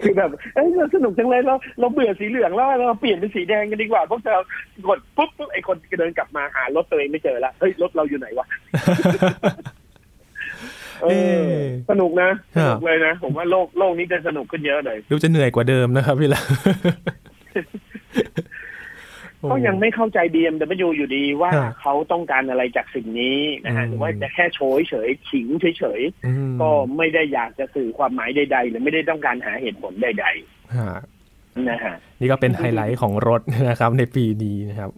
[SPEAKER 2] คือแบบเอ้ยเราสนุกจังเลยเราเราเบื่อสีเหลืองแล้วเราเปลี่ยนเป็นสีแดงกันดีกว่าพวกเรากดปุ๊บปุ๊บไอคนเดินกลับมาหารถตัวเองไม่เจอละเฮ้ยรถเราอยู่ไหนวะเอ
[SPEAKER 1] เอ๊
[SPEAKER 2] อะ สนุกนะครับ สนุกเลยนะ ผมว่าโลกโลกนี้จะสนุกขึ้นเยอะเลย
[SPEAKER 1] ดูจะเหนื่อยกว่าเดิมนะครับพี่ละ
[SPEAKER 2] ก็ยังไม่เข้าใจ BMW อยู่ดีว่า
[SPEAKER 1] ครับ
[SPEAKER 2] เขาต้องการอะไรจากสิ่งนี้นะฮะ
[SPEAKER 1] อืม
[SPEAKER 2] หรือว่าจะแค่โชยเฉยๆขิงเฉย
[SPEAKER 1] อืม
[SPEAKER 2] ๆก็ไม่ได้อยากจะสื่อความหมายใดๆหรือไม่ได้ต้องการหาเหตุผลใด
[SPEAKER 1] ฮะ
[SPEAKER 2] ๆนะฮะ
[SPEAKER 1] นี่ก็เป็นไฮไลท์ของรถ นะครับ ในปีนี้นะครับ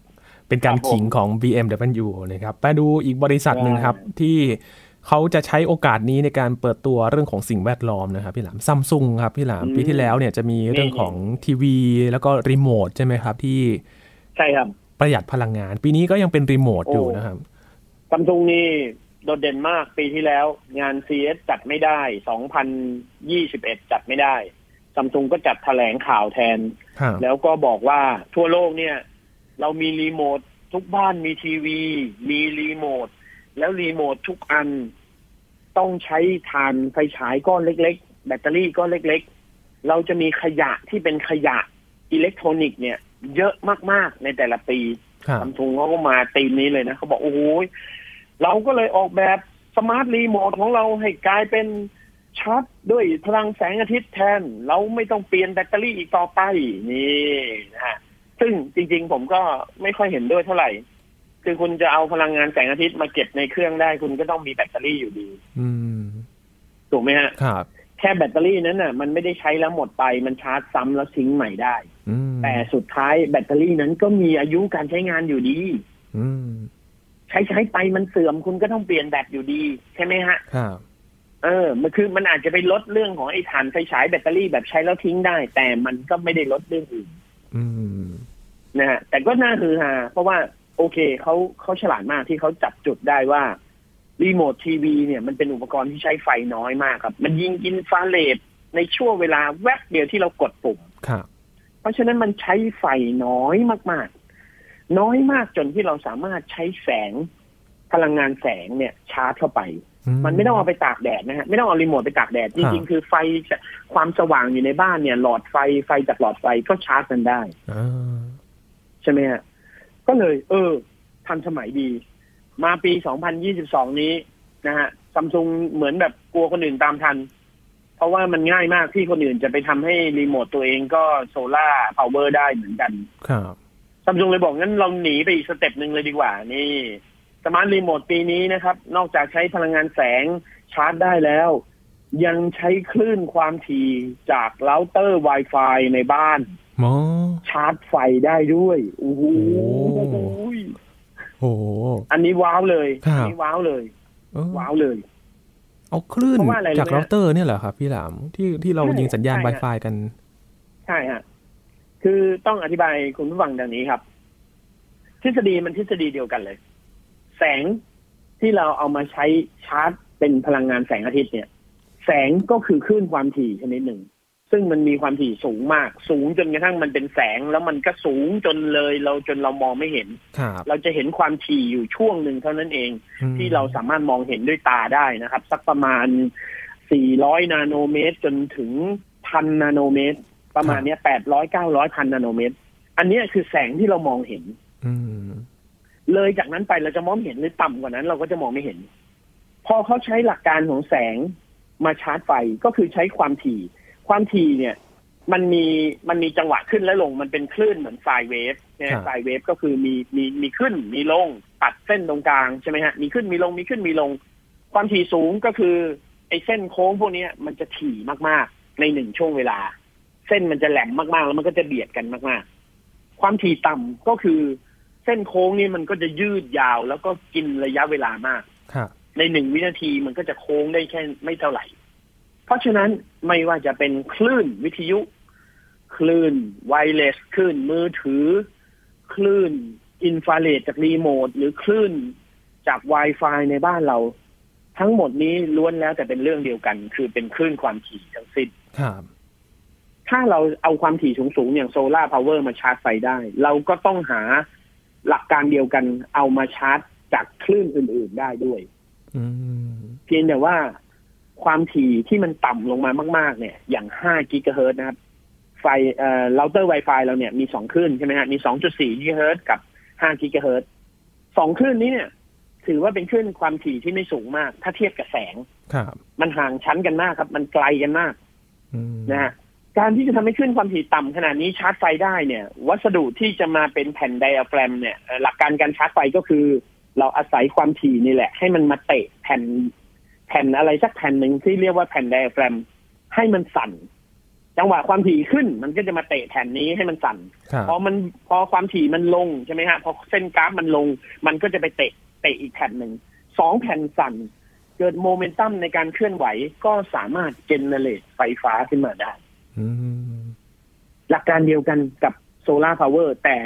[SPEAKER 1] เป็นการ
[SPEAKER 2] ครับผม
[SPEAKER 1] ขิงของ BMW นะครับไปดูอีกบริษัทหนึ่งครับ ที่ เขาจะใช้โอกาสนี้ในการเปิดตัวเรื่องของสิ่งแวดล้อมนะครับพี่หลามซัมซุงครับพี่หลาม
[SPEAKER 2] อืม
[SPEAKER 1] ปีที่แล้วเนี่ยจะมีเรื่อง
[SPEAKER 2] นี่
[SPEAKER 1] ของทีวี แล้วก็รีโมทใช่ไหมครับ ที่
[SPEAKER 2] ใช่ครับ
[SPEAKER 1] ประหยัดพลังงาน ปีนี้ก็ยังเป็นรีโมทอยู่นะครับ
[SPEAKER 2] ซัมซุงนี่โดดเด่นมากปีที่แล้ว งาน CS จัดไม่ได้ 2021 จัดไม่ได้ซัมซุงก็จัดแถลงข่าวแทน
[SPEAKER 1] ครับ
[SPEAKER 2] แล้วก็บอกว่าทั่วโลกเนี่ย เรามีรีโมททุกบ้านมีทีวี มีรีโมทแล้วรีโมททุกอัน ต้องใช้ทานไฟฉายก้อนเล็ก ๆ แบตเตอรี่ก้อนเล็ก ๆ เราจะมีขยะที่เป็นขยะอิเล็กทรอนิกส์เนี่ย เยอะมากๆในแต่ละปี
[SPEAKER 1] ครับ
[SPEAKER 2] ซัมซุงเขาก็มาตีมนี้เลยนะเขาบอกโอ้โหเราก็เลยออกแบบสมาร์ทรีโมทของเราให้กลายเป็นชาร์จด้วยพลังแสงอาทิตย์แทน เราไม่ต้องเปลี่ยนแบตเตอรี่อีกต่อไปนี่นะฮะ ซึ่งจริงๆ ผมก็ไม่ค่อยเห็นด้วยเท่าไหร่ คือคุณจะเอาพลังงานแสงอาทิตย์มาเก็บในเครื่องได้ คุณก็ต้องมีแบตเตอรี่อยู่ดี
[SPEAKER 1] อืม
[SPEAKER 2] ถูกไหมฮะ
[SPEAKER 1] ครับ
[SPEAKER 2] แค่แบตเตอรี่นั้นน่ะมันไม่ได้ใช้แล้วหมดไปมันชาร์จซ้ำแล้วทิ้งใหม่ได้
[SPEAKER 1] อืม
[SPEAKER 2] แต่สุดท้ายแบตเตอรี่นั้นก็มีอายุการใช้งานอยู่ดี
[SPEAKER 1] อืม
[SPEAKER 2] ใช้ใช้ไปมันเสื่อมคุณก็ต้องเปลี่ยนแบตอยู่ดี ใช่ไหมฮะ
[SPEAKER 1] ครับ
[SPEAKER 2] เออ มันคือมันอาจจะไปลดเรื่องของไอ้ถ่านไฟฉายแบตเตอรี่แบบใช้แล้วทิ้งได้ แต่มันก็ไม่ได้ลดเรื่องอื่น
[SPEAKER 1] อืม
[SPEAKER 2] นะฮะแต่ก็น่าฮือฮาเพราะว่าโอเคเขาเขาฉลาดมากที่เขาจับจุดได้ว่า รีโมททีวีเนี่ยมันเป็นอุปกรณ์ที่ใช้ไฟน้อยมากครับ มันยิงกินฟ้าเลดในช่วงเวลาแวบเดียวที่เรากดปุ่ม
[SPEAKER 1] ครับ
[SPEAKER 2] เพราะฉะนั้นมันใช้ไฟน้อยมาก ๆ น้อยมากจนที่เราสามารถใช้แสงพลังงานแสงเนี่ยชาร์จเข้าไป มันไม่ต้องเอาไปตากแดดนะฮะไม่ต้องเอารีโมทไปตากแดดจริงๆคือไฟความสว่างอยู่ในบ้านเนี่ย หลอดไฟไฟจากหลอดไฟก็ชาร์จกันได้
[SPEAKER 1] อ่า
[SPEAKER 2] ใช่ไหมฮะ ก็เลย เออ ทันสมัยดี มาปี 2022 นี้นะฮะซัมซุงเหมือนแบบกลัวคนอื่นตามทัน เพราะว่ามันง่ายมากที่คนอื่นจะไปทำให้รีโมทตัวเองก็โซล่าร์พาวเวอร์ได้เหมือนกัน
[SPEAKER 1] ครับ
[SPEAKER 2] ซัมซุงเลยบอกงั้นเราหนีไปอีกสเต็ปหนึ่งเลยดีกว่า นี่สมาร์ทรีโมทปีนี้นะครับ นอกจากใช้พลังงานแสงชาร์จได้แล้ว ยังใช้คลื่นความถี่จากเราเตอร์ Wi-Fi ในบ้าน
[SPEAKER 1] หมอ
[SPEAKER 2] ชาร์จไฟได้ด้วยโอ้โห
[SPEAKER 1] โอ้โห โห
[SPEAKER 2] อันนี้ว้าวเลย
[SPEAKER 1] ครั
[SPEAKER 2] อั
[SPEAKER 1] บ
[SPEAKER 2] นี้ว้าวเลย
[SPEAKER 1] เออ
[SPEAKER 2] ว้าวเลย
[SPEAKER 1] เอาคลื่น
[SPEAKER 2] เพราะว่าอะไรรู้ไหม
[SPEAKER 1] จากเราเตอร์เนี่ยเหรอครับพี่หลาม ที่ที่เรา
[SPEAKER 2] ใช่
[SPEAKER 1] ยิงสัญญาณ
[SPEAKER 2] ใช่ฮะ
[SPEAKER 1] Wi-Fi กัน
[SPEAKER 2] ใช่ฮะ คือต้องอธิบายคุณผู้ฟังดังนี้ครับ ทฤษฎีมันทฤษฎีเดียวกันเลย แสงที่เราเอามาใช้ชาร์จเป็นพลังงานแสงอาทิตย์เนี่ย แสงก็คือคลื่นความถี่ชนิดหนึ่ง ซึ่งมันมีความถี่สูงมาก สูงจนกระทั่งมันเป็นแสงแล้วมันก็สูงจนเลย เราจนเรามองไม่เห็น
[SPEAKER 1] ครับ
[SPEAKER 2] เราจะเห็นความถี่อยู่ช่วงหนึ่งเท่านั้นเอง
[SPEAKER 1] อืม
[SPEAKER 2] ที่เราสามารถมองเห็นด้วยตาได้นะครับ สักประมาณ 400 นาโนเมตร จนถึงพันนาโนเมตร ประมาณเนี้ย800 900พันนาโนเมตร อันเนี้ยคือแสงที่เรามองเห็น
[SPEAKER 1] อืม
[SPEAKER 2] เลยจากนั้นไปเราจะมองไม่เห็นหรือต่ำกว่านั้น เราก็จะมองไม่เห็น พอเขาใช้หลักการของแสงมาชาร์จไฟก็คือใช้ความถี่ ความถี่เนี่ย มันมีมันมีจังหวะขึ้นและลง มันเป็นคลื่นเหมือนไซน์เวฟนะ
[SPEAKER 1] ครั
[SPEAKER 2] ฮะ
[SPEAKER 1] บ
[SPEAKER 2] ไซน์เวฟก็คือมีมีมีขึ้นมีลง ตัดเส้นตรงกลางใช่ไหมฮะมีขึ้นมีลงมีขึ้นมีลง ความถี่สูงก็คือไอ้เส้นโค้งพวกเนี้ยมันจะถี่มากๆ ในหนึ่งช่วงเวลา เส้นมันจะแหลมมากๆ แล้วมันก็จะเบียดกันมากๆ ความถี่ต่ำก็คือ เส้นโค้งนี่มันก็จะยืดยาว แล้วก็กินระยะเวลามาก
[SPEAKER 1] ครับ
[SPEAKER 2] ในหนึ่งวินาทีมันก็จะโค้งได้แค่ไม่เท่าไหร่ เพราะฉะนั้นไม่ว่าจะเป็นคลื่นวิทยุ คลื่นไวเลสคลื่นมือถือ คลื่นอินฟราเรดจากรีโมท หรือคลื่นจาก Wi-Fi ในบ้านเรา ทั้งหมดนี้ล้วนแล้วแต่เป็นเรื่องเดียวกัน คือเป็นคลื่นความถี่ทั้งสิ้น
[SPEAKER 1] ครับ
[SPEAKER 2] ถ้าเราเอาความถี่สูงๆอย่างโซลาร์พาวเวอร์มาชาร์จไฟได้ เราก็ต้องหาหลักการเดียวกันเอามาชาร์จจากคลื่นอื่นๆได้ด้วย
[SPEAKER 1] อืม
[SPEAKER 2] เพียงแต่ว่าความถี่ที่มันต่ำลงมามาก ๆ เนี่ย อย่าง 5 กิกะเฮิรตซ์นะครับ ไฟเอ่อเราเตอร์ Wi-Fi เราเนี่ยมี 2 คลื่นใช่ไหมฮะมี 2.4 กิกะเฮิรตซ์กับ 5 กิกะเฮิรตซ์สองคลื่นนี้เนี่ย ถือว่าเป็นคลื่นความถี่ที่ไม่สูงมาก ถ้าเทียบกับแสง
[SPEAKER 1] ครับ
[SPEAKER 2] มันห่างชั้นกันมากครับ มันไกลกันมาก
[SPEAKER 1] อืม
[SPEAKER 2] นะฮะการที่จะทำให้ขึ้นความถี่ต่ำขนาดนี้ชาร์จไฟได้เนี่ย วัสดุที่จะมาเป็นแผ่นไดอะแฟรมเนี่ยเอ่อหลักการการชาร์จไฟก็คือ เราอาศัยความถี่นี่แหละ ให้มันมาเตะแผ่น แผ่นอะไรสักแผ่นหนึ่งที่เรียกว่าแผ่นไดอะแฟรม ให้มันสั่น จังหวะความถี่ขึ้น มันก็จะมาเตะแผ่นนี้ให้มันสั่น
[SPEAKER 1] ครับ
[SPEAKER 2] พอมันพอความถี่มันลงใช่ไหมฮะพอเส้นกราฟมันลง มันก็จะไปเตะเตะอีกแผ่นหนึ่งสองแผ่นสั่น เกิดโมเมนตัมในการเคลื่อนไหวก็สามารถเจเนเรตไฟฟ้าขึ้นมาได้
[SPEAKER 1] อืม
[SPEAKER 2] หลักการเดียวกันกับโซลาร์พาวเวอร์แต่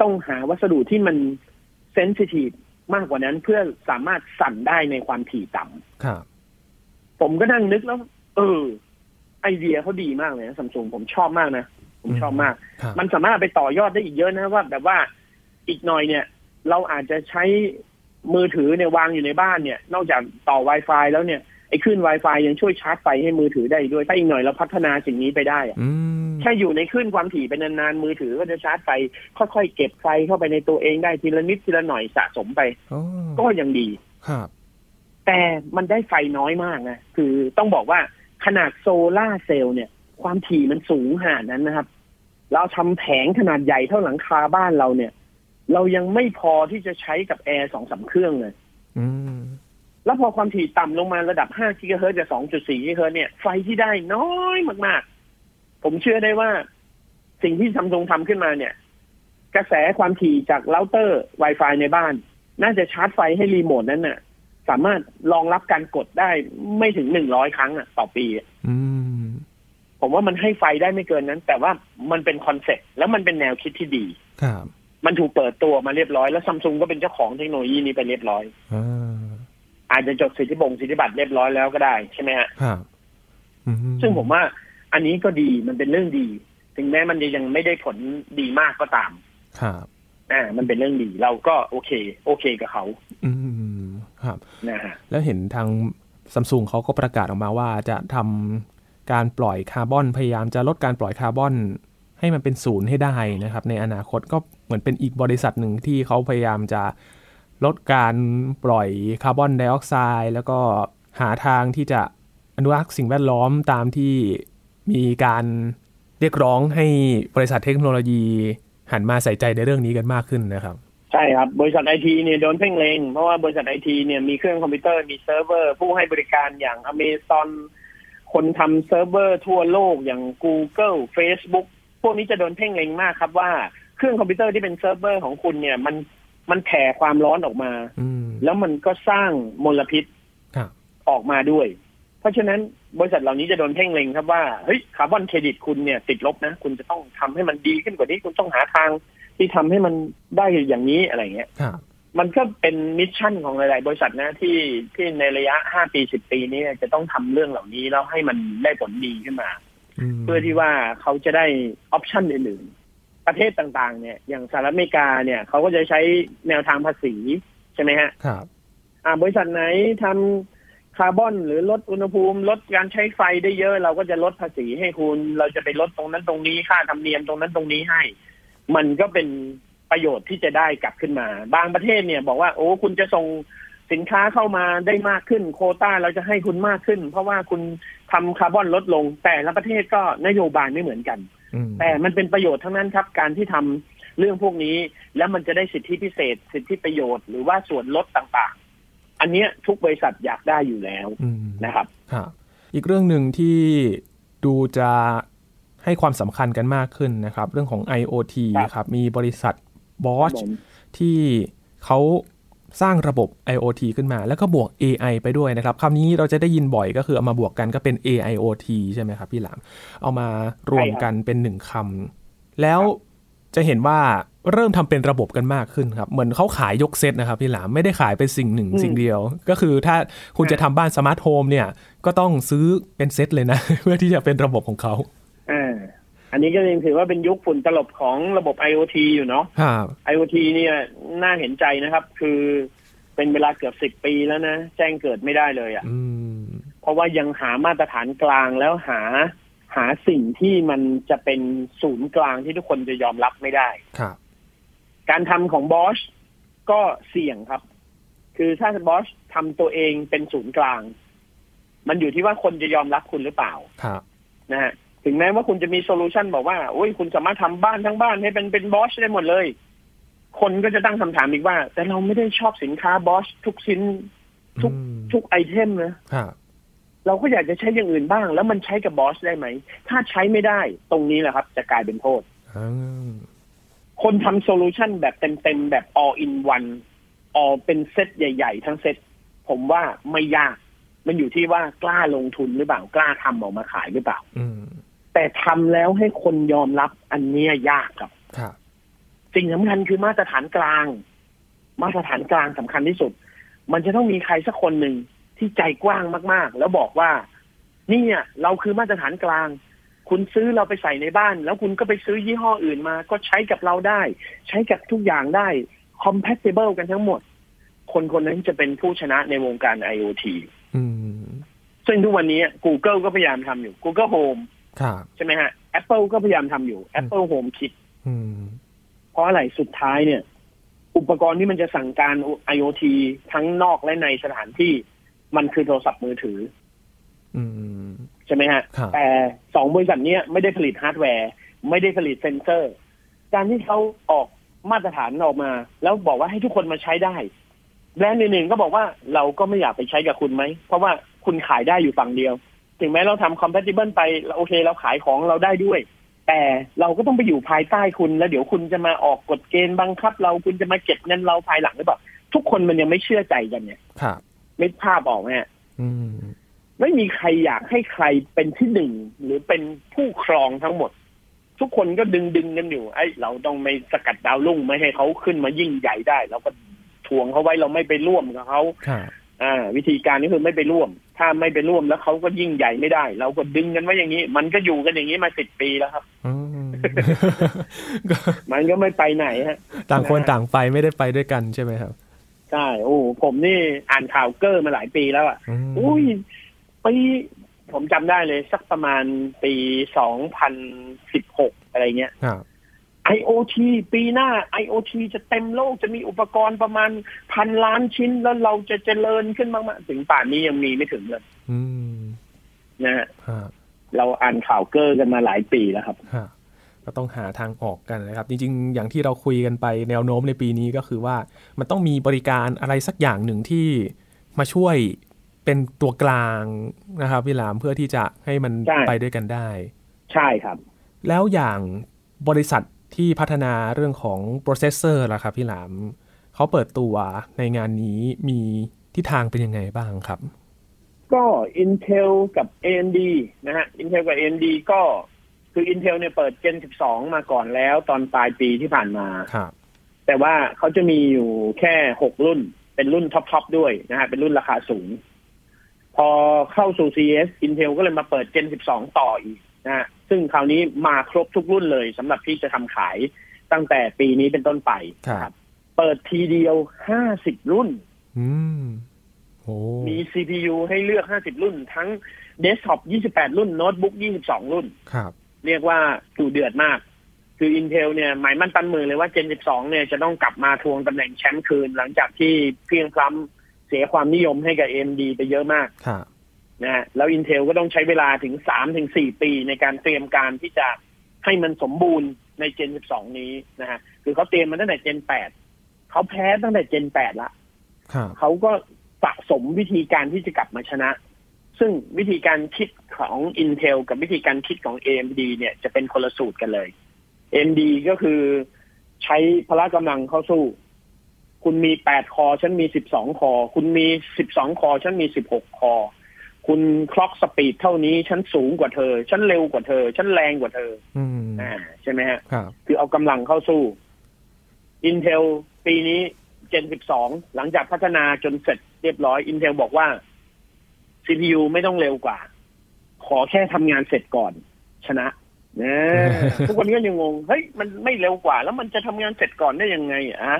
[SPEAKER 2] ต้องหาวัสดุที่มันเซนซิทีฟมากกว่านั้นเพื่อสามารถสั่นได้ในความถี่ต่ำ
[SPEAKER 1] ครับ
[SPEAKER 2] ผมก็นั่งนึกแล้ว เออ ไอเดียเขาดีมากเลยนะซัมซุงผมชอบมากนะ ผมชอบมาก
[SPEAKER 1] ครับ
[SPEAKER 2] มันสามารถไปต่อยอดได้อีกเยอะนะว่าแบบว่าอีกหน่อยเนี่ย เราอาจจะใช้มือถือเนี่ยวางอยู่ในบ้านเนี่ย นอกจากต่อ Wi-Fi แล้วเนี่ยไอ้คลื่น Wi-Fi ยังช่วยชาร์จไฟให้มือถือได้อีกด้วย ถ้าอีกหน่อยเราพัฒนาสิ่งนี้ไปได้อะ
[SPEAKER 1] อืม
[SPEAKER 2] แค่อยู่ในคลื่นความถี่เป็นนานๆมือถือก็จะชาร์จไฟค่อยๆเก็บไฟเข้าไปในตัวเองได้ทีละนิดทีละหน่อยสะสมไป
[SPEAKER 1] โอ้
[SPEAKER 2] ก็ยังดี
[SPEAKER 1] ครับ
[SPEAKER 2] แต่มันได้ไฟน้อยมากนะ คือต้องบอกว่าขนาดโซลาร์เซลล์เนี่ย ความถี่มันสูงขนาดนั้นนะครับ เราทำแผงขนาดใหญ่เท่าหลังคาบ้านเราเนี่ย เรายังไม่พอที่จะใช้กับแอร์สองสาเครื่องเลย
[SPEAKER 1] อืม
[SPEAKER 2] แล้วพอความถี่ต่ำลงมาระดับ 5 กิกะเฮิรตซ์กับ 2.4 กิกะเฮิรตซ์เนี่ย ไฟที่ได้น้อยมาก ๆ ผมเชื่อได้ว่า สิ่งที่ซัมซุงทำขึ้นมาเนี่ย กระแสความถี่จากเราเตอร์ Wi-Fi ในบ้าน น่าจะชาร์จไฟให้รีโมทนั้นน่ะ สามารถรองรับการกดได้ไม่ถึง 100 ครั้งอ่ะต่อปีอะ
[SPEAKER 1] อืม
[SPEAKER 2] ผมว่ามันให้ไฟได้ไม่เกินนั้น แต่ว่ามันเป็นคอนเซ็ปต์แล้วมันเป็นแนวคิดที่ดี
[SPEAKER 1] ครับ
[SPEAKER 2] มันถูกเปิดตัวมาเรียบร้อยแล้วซัมซุงก็เป็นเจ้าของเทคโนโลยีนี้ไปเรียบร้อย
[SPEAKER 1] อ่า
[SPEAKER 2] อาจจะจดสิทธิบงสิทธิบัตรเรียบร้อยแล้วก็ได้ใช่ไหมฮะ
[SPEAKER 1] ครับอื
[SPEAKER 2] ซึ่งผมว่าอันนี้ก็ดีมันเป็นเรื่องดี ถึงแม้มันจะยังไม่ได้ผลดีมากก็ตาม
[SPEAKER 1] ครับ
[SPEAKER 2] อ่ามันเป็นเรื่องดีเราก็โอเค โอเคกับเขา
[SPEAKER 1] อืมครับ
[SPEAKER 2] นะฮะ
[SPEAKER 1] แล้วเห็นทางซัมซุงเขาก็ประกาศออกมาว่าจะทำการปล่อยคาร์บอนพยายามจะลดการปล่อยคาร์บอน ให้มันเป็นศูนย์ให้ได้นะครับ ในอนาคตก็เหมือนเป็นอีกบริษัทหนึ่งที่เขาพยายามจะลดการปล่อยคาร์บอนไดออกไซด์แล้วก็หาทางที่จะอนุรักษ์สิ่งแวดล้อมตามที่มีการเรียกร้องให้บริษัทเทคโนโลยีหันมาใส่ใจในเรื่องนี้กันมากขึ้นนะครับ
[SPEAKER 2] ใช่ครับ บริษัทไอทีเนี่ยโดนเพ่งเลงเพราะว่าบริษัทไอทีเนี่ยมีเครื่องคอมพิวเตอร์มีเซิร์ฟเวอร์ ผู้ให้บริการอย่างอเมซอนคนทำเซิร์ฟเวอร์ทั่วโลกอย่าง Google Facebook พวกนี้จะโดนเพ่งเลงมากครับว่าเครื่องคอมพิวเตอร์ที่เป็นเซิร์ฟเวอร์ของคุณเนี่ยมันมันแผ่ความร้อนออกมา
[SPEAKER 1] อืม
[SPEAKER 2] แล้วมันก็สร้างมลพิษ
[SPEAKER 1] ครับ
[SPEAKER 2] ออกมาด้วย เพราะฉะนั้นบริษัทเหล่านี้จะโดนเพ่งเล็งครับว่าเฮ้ยคาร์บอนเครดิตคุณเนี่ยติดลบนะ คุณจะต้องทำให้มันดีขึ้นกว่านี้ คุณต้องหาทางที่ทำให้มันได้อย่างนี้อะไรเงี้ย
[SPEAKER 1] ครับ
[SPEAKER 2] มันก็เป็นมิชชั่นของหลาย ๆ บริษัทนะที่ที่ในระยะห้าปีสิบปีนี้จะต้องทำเรื่องเหล่านี้แล้วให้มันได้ผลดีขึ้นมา
[SPEAKER 1] ม
[SPEAKER 2] เพื่อที่ว่าเขาจะได้ออปชันอื่นๆ ประเทศต่างๆ เนี่ยอย่างสหรัฐอเมริกาเนี่ยเขาก็จะใช้แนวทางภาษีใช่ไหมฮะ
[SPEAKER 1] ครับ
[SPEAKER 2] อ่าบริษัทไหนทำคาร์บอนหรือลดอุณหภูมิ ลดการใช้ไฟได้เยอะ เราก็จะลดภาษีให้คุณ เราจะไปลดตรงนั้นตรงนี้ค่าธรรมเนียมตรงนั้นตรงนี้ให้ มันก็เป็นประโยชน์ที่จะได้กลับขึ้นมา บางประเทศเนี่ยบอกว่าโอ้คุณจะส่งสินค้าเข้ามาได้มากขึ้น โควต้าเราจะให้คุณมากขึ้น เพราะว่าคุณทำคาร์บอนลดลง แต่ละประเทศก็นโยบายไม่เหมือนกัน
[SPEAKER 1] อืม
[SPEAKER 2] แต่มันเป็นประโยชน์ทั้งนั้นครับ การที่ทำเรื่องพวกนี้ แล้วมันจะได้สิทธิพิเศษ สิทธิประโยชน์หรือว่าส่วนลดต่างๆ อันเนี้ยทุกบริษัทอยากได้อยู่แล้ว
[SPEAKER 1] อืม
[SPEAKER 2] นะครับ
[SPEAKER 1] ครับอีกเรื่องหนึ่งที่ดูจะให้ความสำคัญกันมากขึ้นนะครับ เรื่องของ IoT
[SPEAKER 2] ครับ
[SPEAKER 1] ครับ มีบริษัท
[SPEAKER 2] ครับ
[SPEAKER 1] Bosch
[SPEAKER 2] ผม
[SPEAKER 1] ที่เขาสร้างระบบ IoT ขึ้นมา แล้วก็บวก AI ไปด้วยนะครับคำนี้เราจะได้ยินบ่อยก็คือเอามาบวกกันก็เป็น AIoT ใช่ไหมครับพี่หลาม เอามารวมกันเป็นหนึ่งคำแล้วจะเห็นว่าเริ่มทำเป็นระบบกันมากขึ้นครับ เหมือนเขาขายยกเซตนะครับพี่หลามไม่ได้ขายเป็นสิ่งหนึ่ง
[SPEAKER 2] อืม
[SPEAKER 1] สิ่งเดียว ก็คือถ้าคุณจะทำบ้านสมาร์ทโฮมเนี่ย ก็ต้องซื้อเป็นเซตเลยนะ เพื่อที่จะเป็นระบบของเขา
[SPEAKER 2] อ่าอันนี้ก็ยังถือว่าเป็นยุคฝุ่นตลบของระบบ IoT อยู่เนาะ
[SPEAKER 1] ครับ
[SPEAKER 2] IoT เนี่ยน่าเห็นใจนะครับ คือเป็นเวลาเกือบสิบปีแล้วนะ แจ้งเกิดไม่ได้เลยอะ่ะ
[SPEAKER 1] อืม
[SPEAKER 2] เพราะว่ายังหามาตรฐานกลางแล้วหาหาสิ่งที่มันจะเป็นศูนย์กลางที่ทุกคนจะยอมรับไม่ได้
[SPEAKER 1] ครับ
[SPEAKER 2] การทำของบอชก็เสี่ยงครับ คือถ้าบอชทำตัวเองเป็นศูนย์กลาง มันอยู่ที่ว่าคนจะยอมรับคุณหรือเปล่า
[SPEAKER 1] ครับ
[SPEAKER 2] นะฮะ ถึงแม้ว่าคุณจะมีโซลูชันบอกว่า โอ้ยคุณสามารถทำบ้านทั้งบ้านให้เป็นเป็นบอชได้หมดเลย คนก็จะตั้งคำถามอีกว่า แต่เราไม่ได้ชอบสินค้าบอชทุกชิ้น ทุก
[SPEAKER 1] อืม
[SPEAKER 2] ทุกไอเทมนะ
[SPEAKER 1] ครับ
[SPEAKER 2] เราก็อยากจะใช้อย่างอื่นบ้าง แล้วมันใช้กับบอชได้ไหม ถ้าใช้ไม่ได้ ตรงนี้แหละครับ จะกลายเป็นโทษ
[SPEAKER 1] อืม
[SPEAKER 2] คนทำโซลูชันแบบเต็มๆ แบบ all in one all เป็นเซตใหญ่ ๆ ทั้งเซต ผ ผมว่าไม่ยาก มันอยู่ที่ว่ากล้าลงทุนหรือเปล่า กล้าทำออกมาขายหรือเปล่า
[SPEAKER 1] อืม
[SPEAKER 2] แต่ทำแล้วให้คนยอมรับอันเนี้ยยากครับ
[SPEAKER 1] ครับ
[SPEAKER 2] สิ่งสำคัญคือมาตรฐานกลาง มาตรฐานกลางสำคัญที่สุด มันจะต้องมีใครสักคนหนึ่งที่ใจกว้างมาก ๆ แล้วบอกว่า นี่เนี่ยเราคือมาตรฐานกลาง คุณซื้อเราไปใส่ในบ้าน แล้วคุณก็ไปซื้อยี่ห้ออื่นมา ก็ใช้กับเราได้ ใช้กับทุกอย่างได้ compatible กันทั้งหมด คนคนนั้นจะเป็นผู้ชนะในวงการ IoT
[SPEAKER 1] อืม
[SPEAKER 2] ซึ่งทุกวันนี้ Google ก็พยายามทำอยู่ Google Home
[SPEAKER 1] ครับ
[SPEAKER 2] ใช่ไหมฮะ Apple ก็พยายามทำอยู่ Apple Home Kit
[SPEAKER 1] อืม
[SPEAKER 2] เพราะอะไรสุดท้ายเนี่ย อุปกรณ์ที่มันจะสั่งการ IoT ทั้งนอกและในสถานที่ มันคือโทรศัพท์มือถือ
[SPEAKER 1] อืม
[SPEAKER 2] ใช่ไหมฮะ
[SPEAKER 1] ครับ
[SPEAKER 2] แต่สองบริษัทเนี้ยไม่ได้ผลิตฮาร์ดแวร์ ไม่ได้ผลิตเซนเซอร์ การที่เขาออกมาตรฐานออกมา แล้วบอกว่าให้ทุกคนมาใช้ได้แบรนด์หนึ่งๆก็บอกว่าเราก็ไม่อยากไปใช้กับคุณไหม เพราะว่าคุณขายได้อยู่ฝั่งเดียว ถึงแม้เราทำคอม p a t i b l e ไปเราโอเคเราขายของเราได้ด้วย แต่เราก็ต้องไปอยู่ภายใต้คุณ แล้วเดี๋ยวคุณจะมาออกกฎเกณฑ์บังคับ เราคุณจะมาเก็บเงินเราภายหลังหรือเปล่าทุกคนมันยังไม่เชื่อใจกันเนี่ย
[SPEAKER 1] ครับ
[SPEAKER 2] ไม่ภาพออกไหมฮะ
[SPEAKER 1] อืม
[SPEAKER 2] ไม่มีใครอยากให้ใครเป็นที่หนึ่งหรือเป็นผู้ครองทั้งหมด ทุกคนก็ดึงดึงๆกันอยู่ไอ้ยเราต้องไม่สกัดดาวรุ่งไม่ให้เขาขึ้นมายิ่งใหญ่ได้เราก็ทวงเขาไว้เราไม่ไปร่วมกับเขา
[SPEAKER 1] ครับ
[SPEAKER 2] อ่า วิธีการก็คือไม่ไปร่วม ถ้าไม่ไปร่วมแล้วเขาก็ยิ่งใหญ่ไม่ได้ เราก็ดึงกันไว้อย่างนี้ มันก็อยู่กันอย่างนี้มาสิบปีแล้วครับ
[SPEAKER 1] อืมก็
[SPEAKER 2] มันก็ไม่ไปไหนฮะ
[SPEAKER 1] ต่างคนต่างไปไม่ได้ไปด้วยกันใช่ไหมครับ
[SPEAKER 2] ใช่โอ้ผมนี่อ่านข่าวเกอร์มาหลายปีแล้วอ่ะ
[SPEAKER 1] ม
[SPEAKER 2] อุ้ยปีผมจำได้เลย สักประมาณปีสองพันสิบหกอะไรเงี้ย
[SPEAKER 1] ครับ
[SPEAKER 2] IoT ปีหน้า IoT จะเต็มโลกจะมีอุปกรณ์ประมาณพันล้านชิ้นแล้วเราจะเจริญขึ้นมากๆถึงป่านนี้ยังมีไม่ถึงเลย
[SPEAKER 1] อืม
[SPEAKER 2] นะฮะ
[SPEAKER 1] ฮะ
[SPEAKER 2] เราอ่านข่าวเกอร์กันมาหลายปีแล้วครับ
[SPEAKER 1] ฮะก็ต้องหาทางออกกันนะครับ จริงๆ อย่างที่เราคุยกันไปแนวโน้มในปีนี้ก็คือว่า มันต้องมีบริการอะไรสักอย่างหนึ่งที่มาช่วยเป็นตัวกลางนะครับพี่หลามเพื่อที่จะให้มัน
[SPEAKER 2] ใช่
[SPEAKER 1] ไปด้วยกันได้
[SPEAKER 2] ใช่ครับ
[SPEAKER 1] แล้วอย่างบริษัทที่พัฒนาเรื่องของโปรเซสเซอร์ล่ะครับพี่หลามเขาเปิดตัวในงานนี้มีทิศทางเป็นยังไงบ้างครับ
[SPEAKER 2] ก็ Intel กับ AMD นะฮะ Intel กับ AMD ก็คือ Intel เนี่ยเปิด Gen 12 มาก่อนแล้ว ตอนปลายปีที่ผ่านมา
[SPEAKER 1] ครับ
[SPEAKER 2] แต่ว่าเขาจะมีอยู่แค่หกรุ่น เป็นรุ่นท็อปๆด้วยนะฮะ เป็นรุ่นราคาสูง พอเข้าสู่ CES Intel ก็เลยมาเปิด Gen 12 ต่ออีกนะฮะ ซึ่งคราวนี้มาครบทุกรุ่นเลยสำหรับที่จะทำขายตั้งแต่ปีนี้เป็นต้นไป
[SPEAKER 1] ครับ
[SPEAKER 2] นะเปิดทีเดียว 50 รุ่น
[SPEAKER 1] อืมโอ้
[SPEAKER 2] มี CPU ให้เลือก 50 รุ่น ทั้งเดสก์ท็อป 28 รุ่น โน้ตบุ๊ก 22 รุ่น
[SPEAKER 1] ครับ
[SPEAKER 2] เรียกว่าดูเดือดมาก คือ Intel เนี่ยหมายมั่นปั้นมือเลยว่า Gen 12 เนี่ยจะต้องกลับมาทวงตำแหน่งแชมป์คืน หลังจากที่เพียงคล้ำเสียความนิยมให้กับ AMD ไปเยอะมาก
[SPEAKER 1] ครับ
[SPEAKER 2] นะฮะแล้ว Intel ก็ต้องใช้เวลาถึง 3-4 ปีในการเตรียมการที่จะให้มันสมบูรณ์ใน Gen 12 นี้นะฮะคือเขาเตรียมมาตั้งแต่ Gen 8เขาแพ้ตั้งแต่ Gen 8ละ
[SPEAKER 1] ครับ
[SPEAKER 2] เขาก็สะสมวิธีการที่จะกลับมาชนะ ซึ่งวิธีการคิดของ Intel กับวิธีการคิดของ AMD เนี่ยจะเป็นคนละสูตรกันเลย AMD ก็คือใช้พละกำลังเข้าสู้ คุณมี 8 คอ ฉันมี 12 คอ คุณมี 12 คอ ฉันมี 16 คอ คุณคล็อกสปีดเท่านี้ ฉันสูงกว่าเธอ ฉันเร็วกว่าเธอ ฉันแรงกว่าเธอ
[SPEAKER 1] อืม
[SPEAKER 2] อ่าใช่ไหมฮะ
[SPEAKER 1] ครับ
[SPEAKER 2] คือเอากำลังเข้าสู้ Intel ปีนี้ Gen 12 หลังจากพัฒนาจนเสร็จเรียบร้อย Intel บอกว่า CPU ไม่ต้องเร็วกว่า ขอแค่ทำงานเสร็จก่อน ชนะนะ ทุกคนก็ยังงง เฮ้ย มันไม่เร็วกว่า แล้วมันจะทำงานเสร็จก่อนได้ยังไงอ่า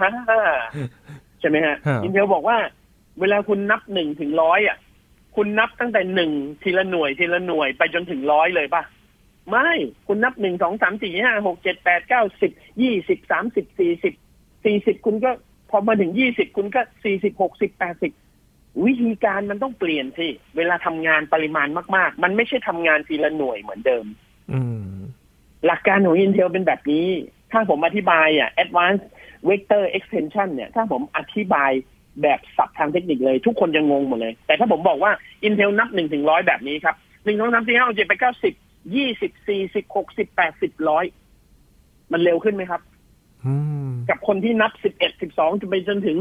[SPEAKER 2] ใช่ไหมฮะ
[SPEAKER 1] ครับ
[SPEAKER 2] Intel บอกว่า เวลาคุณนับหนึ่งถึงร้อยอ่ะ คุณนับตั้งแต่หนึ่งทีละหน่วยทีละหน่วยไปจนถึงร้อยเลยป่ะ ไม่คุณนับหนึ่งสองสามสี่ห้าหกเจ็ดแปดเก้าสิบยี่สิบสามสิบสี่สิบสี่สิบคุณก็พอมาถึงยี่สิบคุณก็สี่สิบหกสิบแปดสิบวิธีการมันต้องเปลี่ยนสิเวลาทำงานปริมาณมาก ๆ มันไม่ใช่ทำงานทีละหน่วยเหมือนเดิม
[SPEAKER 1] อืม
[SPEAKER 2] หลักการของ Intel เป็นแบบนี้ ถ้าผมอธิบายอ่ะ Advanced Vector Extension เนี่ย ถ้าผมอธิบายแบบศัพท์ทางเทคนิคเลย ทุกคนจะงงหมดเลย แต่ถ้าผมบอกว่า Intel นับหนึ่งถึงร้อยแบบนี้ครับหนึ่งสองสามสี่ห้าหกเจ็ดแปดเก้าสิบยี่สิบสี่สิบหกสิบแปดสิบร้อยมันเร็วขึ้นไหมครับ
[SPEAKER 1] อืม
[SPEAKER 2] กับคนที่นับสิบเอ็ดสิบสองจนไปจนถึง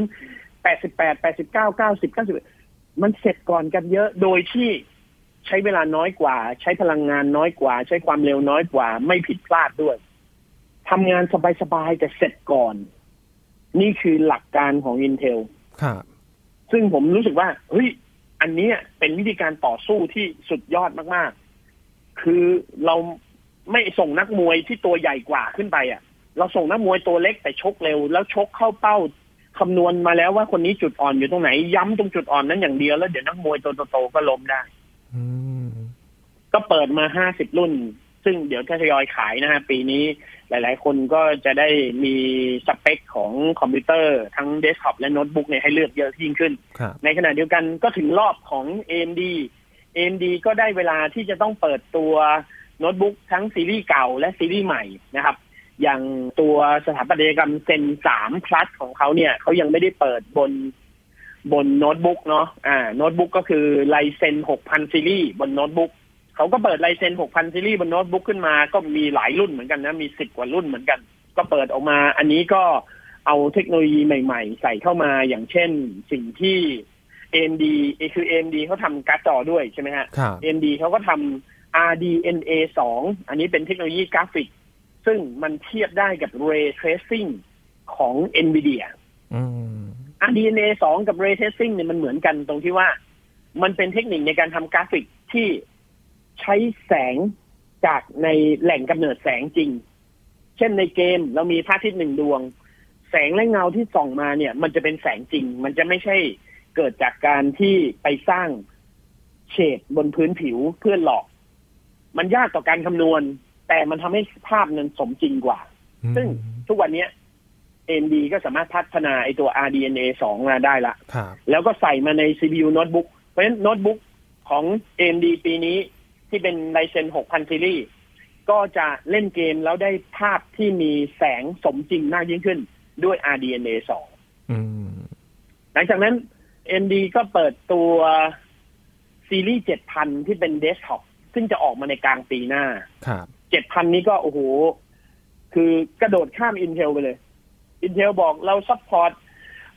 [SPEAKER 2] แปดสิบแปดแปดสิบเก้าเก้าสิบเก้าสิบ มันเสร็จก่อนกันเยอะโดยที่ใช้เวลาน้อยกว่า ใช้พลังงานน้อยกว่า ใช้ความเร็วน้อยกว่า ไม่ผิดพลาดด้วยทำงานสบายๆแต่เสร็จก่อน นี่คือหลักการของ Intel
[SPEAKER 1] ครับ
[SPEAKER 2] ซึ่งผมรู้สึกว่าเฮ้ยอันเนี้ยเป็นวิธีการต่อสู้ที่สุดยอดมากๆ คือเราไม่ส่งนักมวยที่ตัวใหญ่กว่าขึ้นไปอ่ะ เราส่งนักมวยตัวเล็กแต่ชกเร็ว แล้วชกเข้าเป้าคำนวณมาแล้วว่าคนนี้จุดอ่อนอยู่ตรงไหน ย้ำตรงจุดอ่อนนั้นอย่างเดียวแล้วเดี๋ยวนักมวยตัวโตๆก็ล้มได้
[SPEAKER 1] อืม
[SPEAKER 2] ก็เปิดมาห้าสิบรุ่น ซึ่งเดี๋ยวถ้าทยอยขายนะฮะ ปีนี้หลาย ๆ คนก็จะได้มีสเปคของคอมพิวเตอร์ทั้งเดสก์ท็อปและโน้ตบุ๊กเนี่ยให้เลือกเยอะยิ่งขึ้น
[SPEAKER 1] ครับ
[SPEAKER 2] ในขณะเดียวกันก็ถึงรอบของ AMD AMD ก็ได้เวลาที่จะต้องเปิดตัวโน้ตบุ๊กทั้งซีรีส์เก่าและซีรีส์ใหม่นะครับ อย่างตัวสถาปัตยกรรมเซน3 plus ของเขาเนี่ยเขายังไม่ได้เปิดบนบนโน้ตบุ๊กเนาะอ่าโน้ตบุ๊กก็คือไลเซน6,000 ซีรีส์บนโน้ตบุ๊กเขาก็เปิดไลเซน6,000 ซีรีส์บนโน้ตบุ๊กขึ้นมา ก็มีหลายรุ่นเหมือนกันนะมีสิบกว่ารุ่นเหมือนกัน ก็เปิดออกมา อันนี้ก็เอาเทคโนโลยีใหม่ๆ ใส่เข้ามาอย่างเช่นสิ่งที่ AMD เอ่อคือ AMD เขาทำการ์ดจอด้วยใช่ไหมฮะ
[SPEAKER 1] ครับ
[SPEAKER 2] AMD เขาก็ทำ RDNA 2 อันนี้เป็นเทคโนโลยีกราฟิก ซึ่งมันเทียบได้กับ Ray Tracing ของ NVIDIA
[SPEAKER 1] อืม
[SPEAKER 2] RDNA 2 กับ Ray Tracing เนี่ยมันเหมือนกันตรงที่ว่า มันเป็นเทคนิคในการทำกราฟิกที่ใช้แสงจากในแหล่งกำเนิดแสงจริง เช่นในเกมเรามีพระอาทิตย์หนึ่งดวง แสงและเงาที่ส่องมาเนี่ย มันจะเป็นแสงจริง มันจะไม่ใช่เกิดจากการที่ไปสร้างเฉดบนพื้นผิวเพื่อหลอก มันยากต่อการคำนวณ แต่มันทำให้ภาพนั้นสมจริงกว่า ซึ่งทุกวันเนี้ย AMD ก็สามารถพัฒนาไอตัว RDNA 2 มาได้ละ
[SPEAKER 1] ครับ
[SPEAKER 2] แล้วก็ใส่มาใน CPU โน้ตบุ๊ก เพราะฉะนั้นโน้ตบุ๊กของ AMD ปีนี้ที่เป็น Ryzen 6000 ซีรีส์ก็จะเล่นเกมแล้วได้ภาพที่มีแสงสมจริงมากยิ่งขึ้นด้วย RDNA 2
[SPEAKER 1] อืม
[SPEAKER 2] หลังจากนั้น AMD ก็เปิดตัวซีรีส์ 7000 ที่เป็นเดสก์ท็อปซึ่งจะออกมาในกลางปีหน้า
[SPEAKER 1] ครับ
[SPEAKER 2] 7,000 นี้ก็โอ้โห คือกระโดดข้าม Intel ไปเลย Intel บอกเราซัพพอร์ต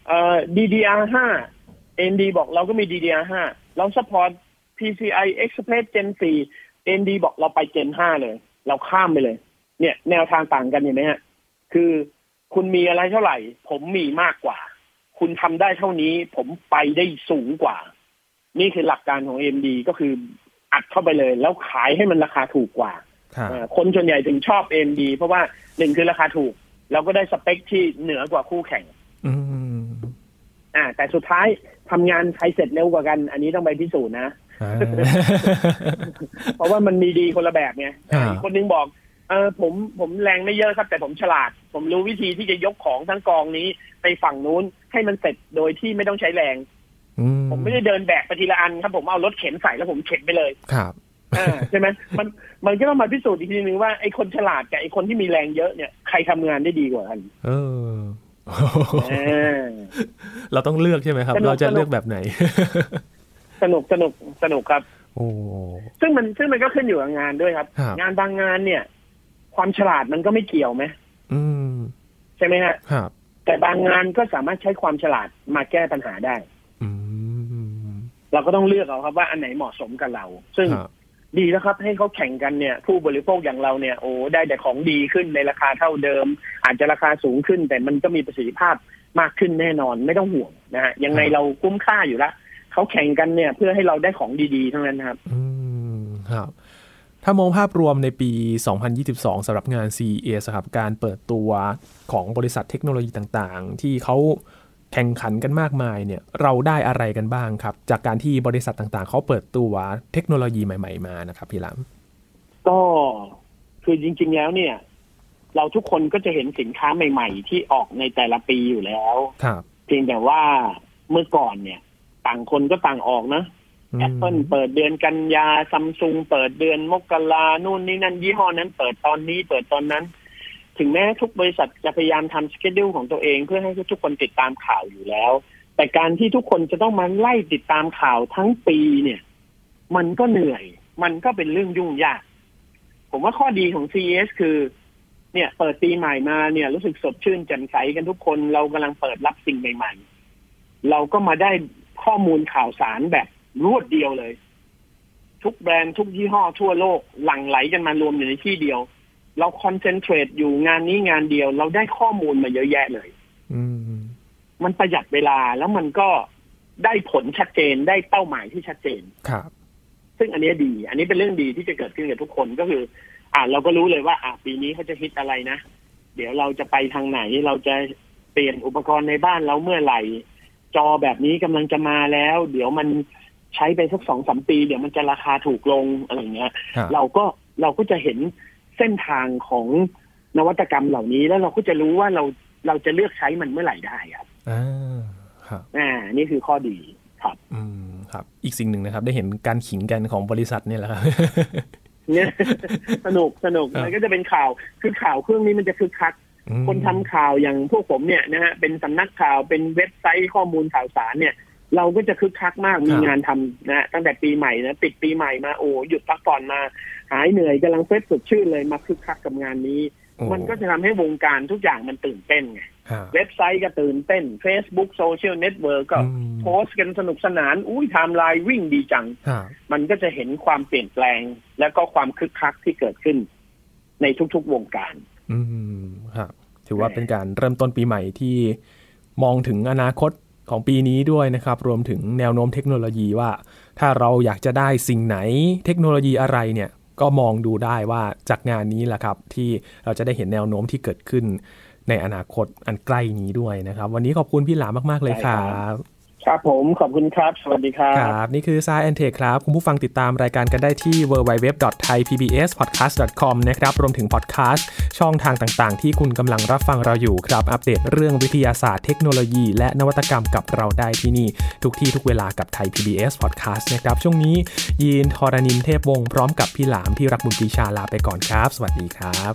[SPEAKER 2] เอ่อ DDR5 AMD บอกเราก็มี DDR5 เราซัพพอร์ต PCI Express Gen 4 AMD บอกเราไป Gen 5 เลย เราข้ามไปเลย เนี่ยแนวทางต่างกันเห็นไหมฮะ คือคุณมีอะไรเท่าไหร่ ผมมีมากกว่า คุณทำได้เท่านี้ผมไปได้สูงกว่า นี่คือหลักการของ AMD ก็คืออัดเข้าไปเลย แล้วขายให้มันราคาถูกกว่า
[SPEAKER 1] ครับ
[SPEAKER 2] เอ่อคนส่วนใหญ่ถึงชอบ AMD เพราะว่าหนึ่งคือราคาถูก แล้วก็ได้สเปคที่เหนือกว่าคู่แข่ง
[SPEAKER 1] อืม
[SPEAKER 2] อ่า แต่สุดท้ายทำงานใครเสร็จเร็วกว่ากัน อันนี้ต้องไปพิสูจน์นะ
[SPEAKER 1] อ่า
[SPEAKER 2] เพราะว่ามันมีดีคนละแบบไง
[SPEAKER 1] อ่า
[SPEAKER 2] อีกคนนึงบอก เออผมผมแรงไม่เยอะครับ แต่ผมฉลาด ผมรู้วิธีที่จะยกของทั้งกองนี้ไปฝั่งนู้นให้มันเสร็จโดยที่ไม่ต้องใช้แรง
[SPEAKER 1] อื
[SPEAKER 2] ผมไม่ได้เดินแบกไปทีละอันครับผมเอารถเข็นใส่แล้วผมเข็นไปเลย
[SPEAKER 1] ครับ
[SPEAKER 2] อ่าใช่ไหมมันมันก็ต้องมาพิสูจน์อีกทีนึงว่าไอ้คนฉลาดกับไอ้คนที่มีแรงเยอะเนี่ยใครทำงานได้ดีกว่ากัน
[SPEAKER 1] เออ
[SPEAKER 2] อ่า
[SPEAKER 1] เราต้องเลือกใช่ไหมครับ
[SPEAKER 2] สนุก
[SPEAKER 1] เราจะเลือกแบบไหน
[SPEAKER 2] สนุกสนุกสนุกครับ
[SPEAKER 1] โอ้
[SPEAKER 2] ซึ่งมันซึ่งมันก็ขึ้นอยู่กับงานด้วยครับ
[SPEAKER 1] ครับ
[SPEAKER 2] งานบางงานเนี่ย ความฉลาดมันก็ไม่เกี่ยวไหม
[SPEAKER 1] อืม
[SPEAKER 2] ใช่ไหมฮะ
[SPEAKER 1] ครับ
[SPEAKER 2] แต่บางงานก็สามารถใช้ความฉลาดมาแก้ปัญหาได้
[SPEAKER 1] อืม
[SPEAKER 2] เราก็ต้องเลือกเอาครับว่าอันไหนเหมาะสมกับเรา ซึ่ง
[SPEAKER 1] ครับ
[SPEAKER 2] ดีแล้วครับ ให้เขาแข่งกันเนี่ย ผู้บริโภคอย่างเราเนี่ยโอ้ได้แต่ของดีขึ้นในราคาเท่าเดิม อาจจะราคาสูงขึ้น แต่มันก็มีประสิทธิภาพมากขึ้นแน่นอนไม่ต้องห่วงนะฮะยังไงเราคุ้มค่าอยู่ละเขาแข่งกันเนี่ย เพื่อให้เราได้ของดีๆทั้งนั้นนะครับ
[SPEAKER 1] อืมครับ ถ้ามองภาพรวมในปี 2022สำหรับงาน CES ครับการเปิดตัวของบริษัทเทคโนโลยีต่างๆ ที่เขาแข่งขันกันมากมายเนี่ย เราได้อะไรกันบ้างครับ จากการที่บริษัทต่างๆ เขาเปิดตัวเทคโนโลยีใหม่ ๆ มานะครับพี่หลาม
[SPEAKER 2] ก็คือจริง ๆ แล้วเนี่ย เราทุกคนก็จะเห็นสินค้าใหม่ ๆ ที่ออกในแต่ละปีอยู่แล้ว
[SPEAKER 1] ครับ
[SPEAKER 2] เพียงแต่ว่าเมื่อก่อนเนี่ย ต่างคนก็ต่างออกนะ
[SPEAKER 1] อืม
[SPEAKER 2] แอปเปิลเปิดเดือนกันยาซัมซุงเปิดเดือนมกรานู่นนี่นั่นยี่ห้อนั้น เปิดตอนนี้เปิดตอนนั้น ถึงแม้ทุกบริษัทจะพยายามทำสเกจดิวของตัวเองเพื่อให้ทุกคนติดตามข่าวอยู่แล้ว แต่การที่ทุกคนจะต้องมาไล่ติดตามข่าวทั้งปีเนี่ย มันก็เหนื่อย มันก็เป็นเรื่องยุ่งยาก ผมว่าข้อดีของ CES คือ เนี่ย เปิดปีใหม่มาเนี่ย รู้สึกสดชื่นแจ่มใสกันทุกคน เรากำลังเปิดรับสิ่งใหม่ ๆ เราก็มาได้ ข้อมูลข่าวสารแบบรวดเดียวเลย ทุกแบรนด์ทุกยี่ห้อทั่วโลกหลั่งไหลกันมารวมอยู่ในที่เดียว เราคอนเซนเทรตอยู่งานนี้งานเดียว เราได้ข้อมูลมาเยอะแยะเลย
[SPEAKER 1] อืม
[SPEAKER 2] มันประหยัดเวลาแล้วมันก็ได้ผลชัดเจนได้เป้าหมายที่ชัดเจน
[SPEAKER 1] ครับ
[SPEAKER 2] ซึ่งอันเนี้ยดี อันนี้เป็นเรื่องดีที่จะเกิดขึ้นกับทุกคนก็คือ อ่าเราก็รู้เลยว่า อ่าปีนี้เขาจะฮิตอะไรนะ เดี๋ยวเราจะไปทางไหน เราจะเปลี่ยนอุปกรณ์ในบ้านเราเมื่อไหร่ จอแบบนี้กำลังจะมาแล้ว เดี๋ยวมันใช้ไปสักสองสามปี เดี๋ยวมันจะราคาถูกลงอะไรอย่างเงี้ย
[SPEAKER 1] ครับ
[SPEAKER 2] เราก็เราก็จะเห็นเส้นทางของนวัตกรรมเหล่านี้แล้วเราก็จะรู้ว่าเราเราจะเลือกใช้มันเมื่อไหร่ได้ครับ
[SPEAKER 1] อ่าครับ
[SPEAKER 2] อ่า นี่คือข้อดีครับ
[SPEAKER 1] อืมครับ อีกสิ่งหนึ่งนะครับ ได้เห็นการขิงกันของบริษัทเนี่ยแหละครับ
[SPEAKER 2] เนี่ย สนุกสนุก
[SPEAKER 1] ครับ
[SPEAKER 2] มันก็จะเป็นข่าวคือข่าวเครื่องนี้มันจะคึกคัก
[SPEAKER 1] อืม
[SPEAKER 2] คนทำข่าวอย่างพวกผมเนี่ยนะฮะเป็นสำนักข่าวเป็นเว็บไซต์ข้อมูลข่าวสารเนี่ย เราก็จะคึกคักมากมีงานทำนะฮะตั้งแต่ปีใหม่นะปิดปีใหม่มาโอ้หยุดพักผ่อนมา หายเหนื่อยกำลังเฟสสดชื่นเลยมาคึกคักกับงานนี้
[SPEAKER 1] โอ้
[SPEAKER 2] มันก็จะทำให้วงการทุกอย่างมันตื่นเต้นไง
[SPEAKER 1] ฮะ
[SPEAKER 2] เว็บไซต์ก็ตื่นเต้น Facebook โซเชียลเน็ตเวิร์กก็
[SPEAKER 1] อืม
[SPEAKER 2] โพสต์กันสนุกสนาน อุ้ยไทม์ไลน์วิ่งดีจัง
[SPEAKER 1] ฮะ
[SPEAKER 2] มันก็จะเห็นความเปลี่ยนแปลง และก็ความคึกคักที่เกิดขึ้น ในทุกๆวงการ
[SPEAKER 1] อืมครับ ถือว่าเป็นการเริ่มต้นปีใหม่ที่มองถึงอนาคตของปีนี้ด้วยนะครับ รวมถึงแนวโน้มเทคโนโลยีว่า ถ้าเราอยากจะได้สิ่งไหนเทคโนโลยีอะไรเนี่ย ก็มองดูได้ว่าจากงานนี้แหละครับ ที่เราจะได้เห็นแนวโน้มที่เกิดขึ้น ในอนาคตอันใกล้นี้ด้วยนะครับ วันนี้ขอบคุณพี่หลามากๆเลยคร
[SPEAKER 2] ได้
[SPEAKER 1] ั
[SPEAKER 2] ครับ บ ครับผมขอบคุณครับ สวัสดีครั
[SPEAKER 1] ค
[SPEAKER 2] บ
[SPEAKER 1] รับ นี่คือ s ายแอนเทคครับ คุณผู้ฟังติดตามรายการกันได้ที่ www.thaipbspodcast.com นะครับ รวมถึงพอดแคสต์ช่องทางต่างๆ ที่คุณกำลังรับฟังเราอยู่ครับ อัปเดตเรื่องวิทยาศาสตร์เทคโนโลยี และนวัตกรรมกับเราได้ที่นี่ ทุกที่ทุกเวลากับไทย PBS Podcast นะครับ ช่วงนี้ยีนทอรานินเทพวงศ์พร้อมกับพี่หลามที่รักบุญปรีชาลาไปก่อนครับ สวัสดีครับ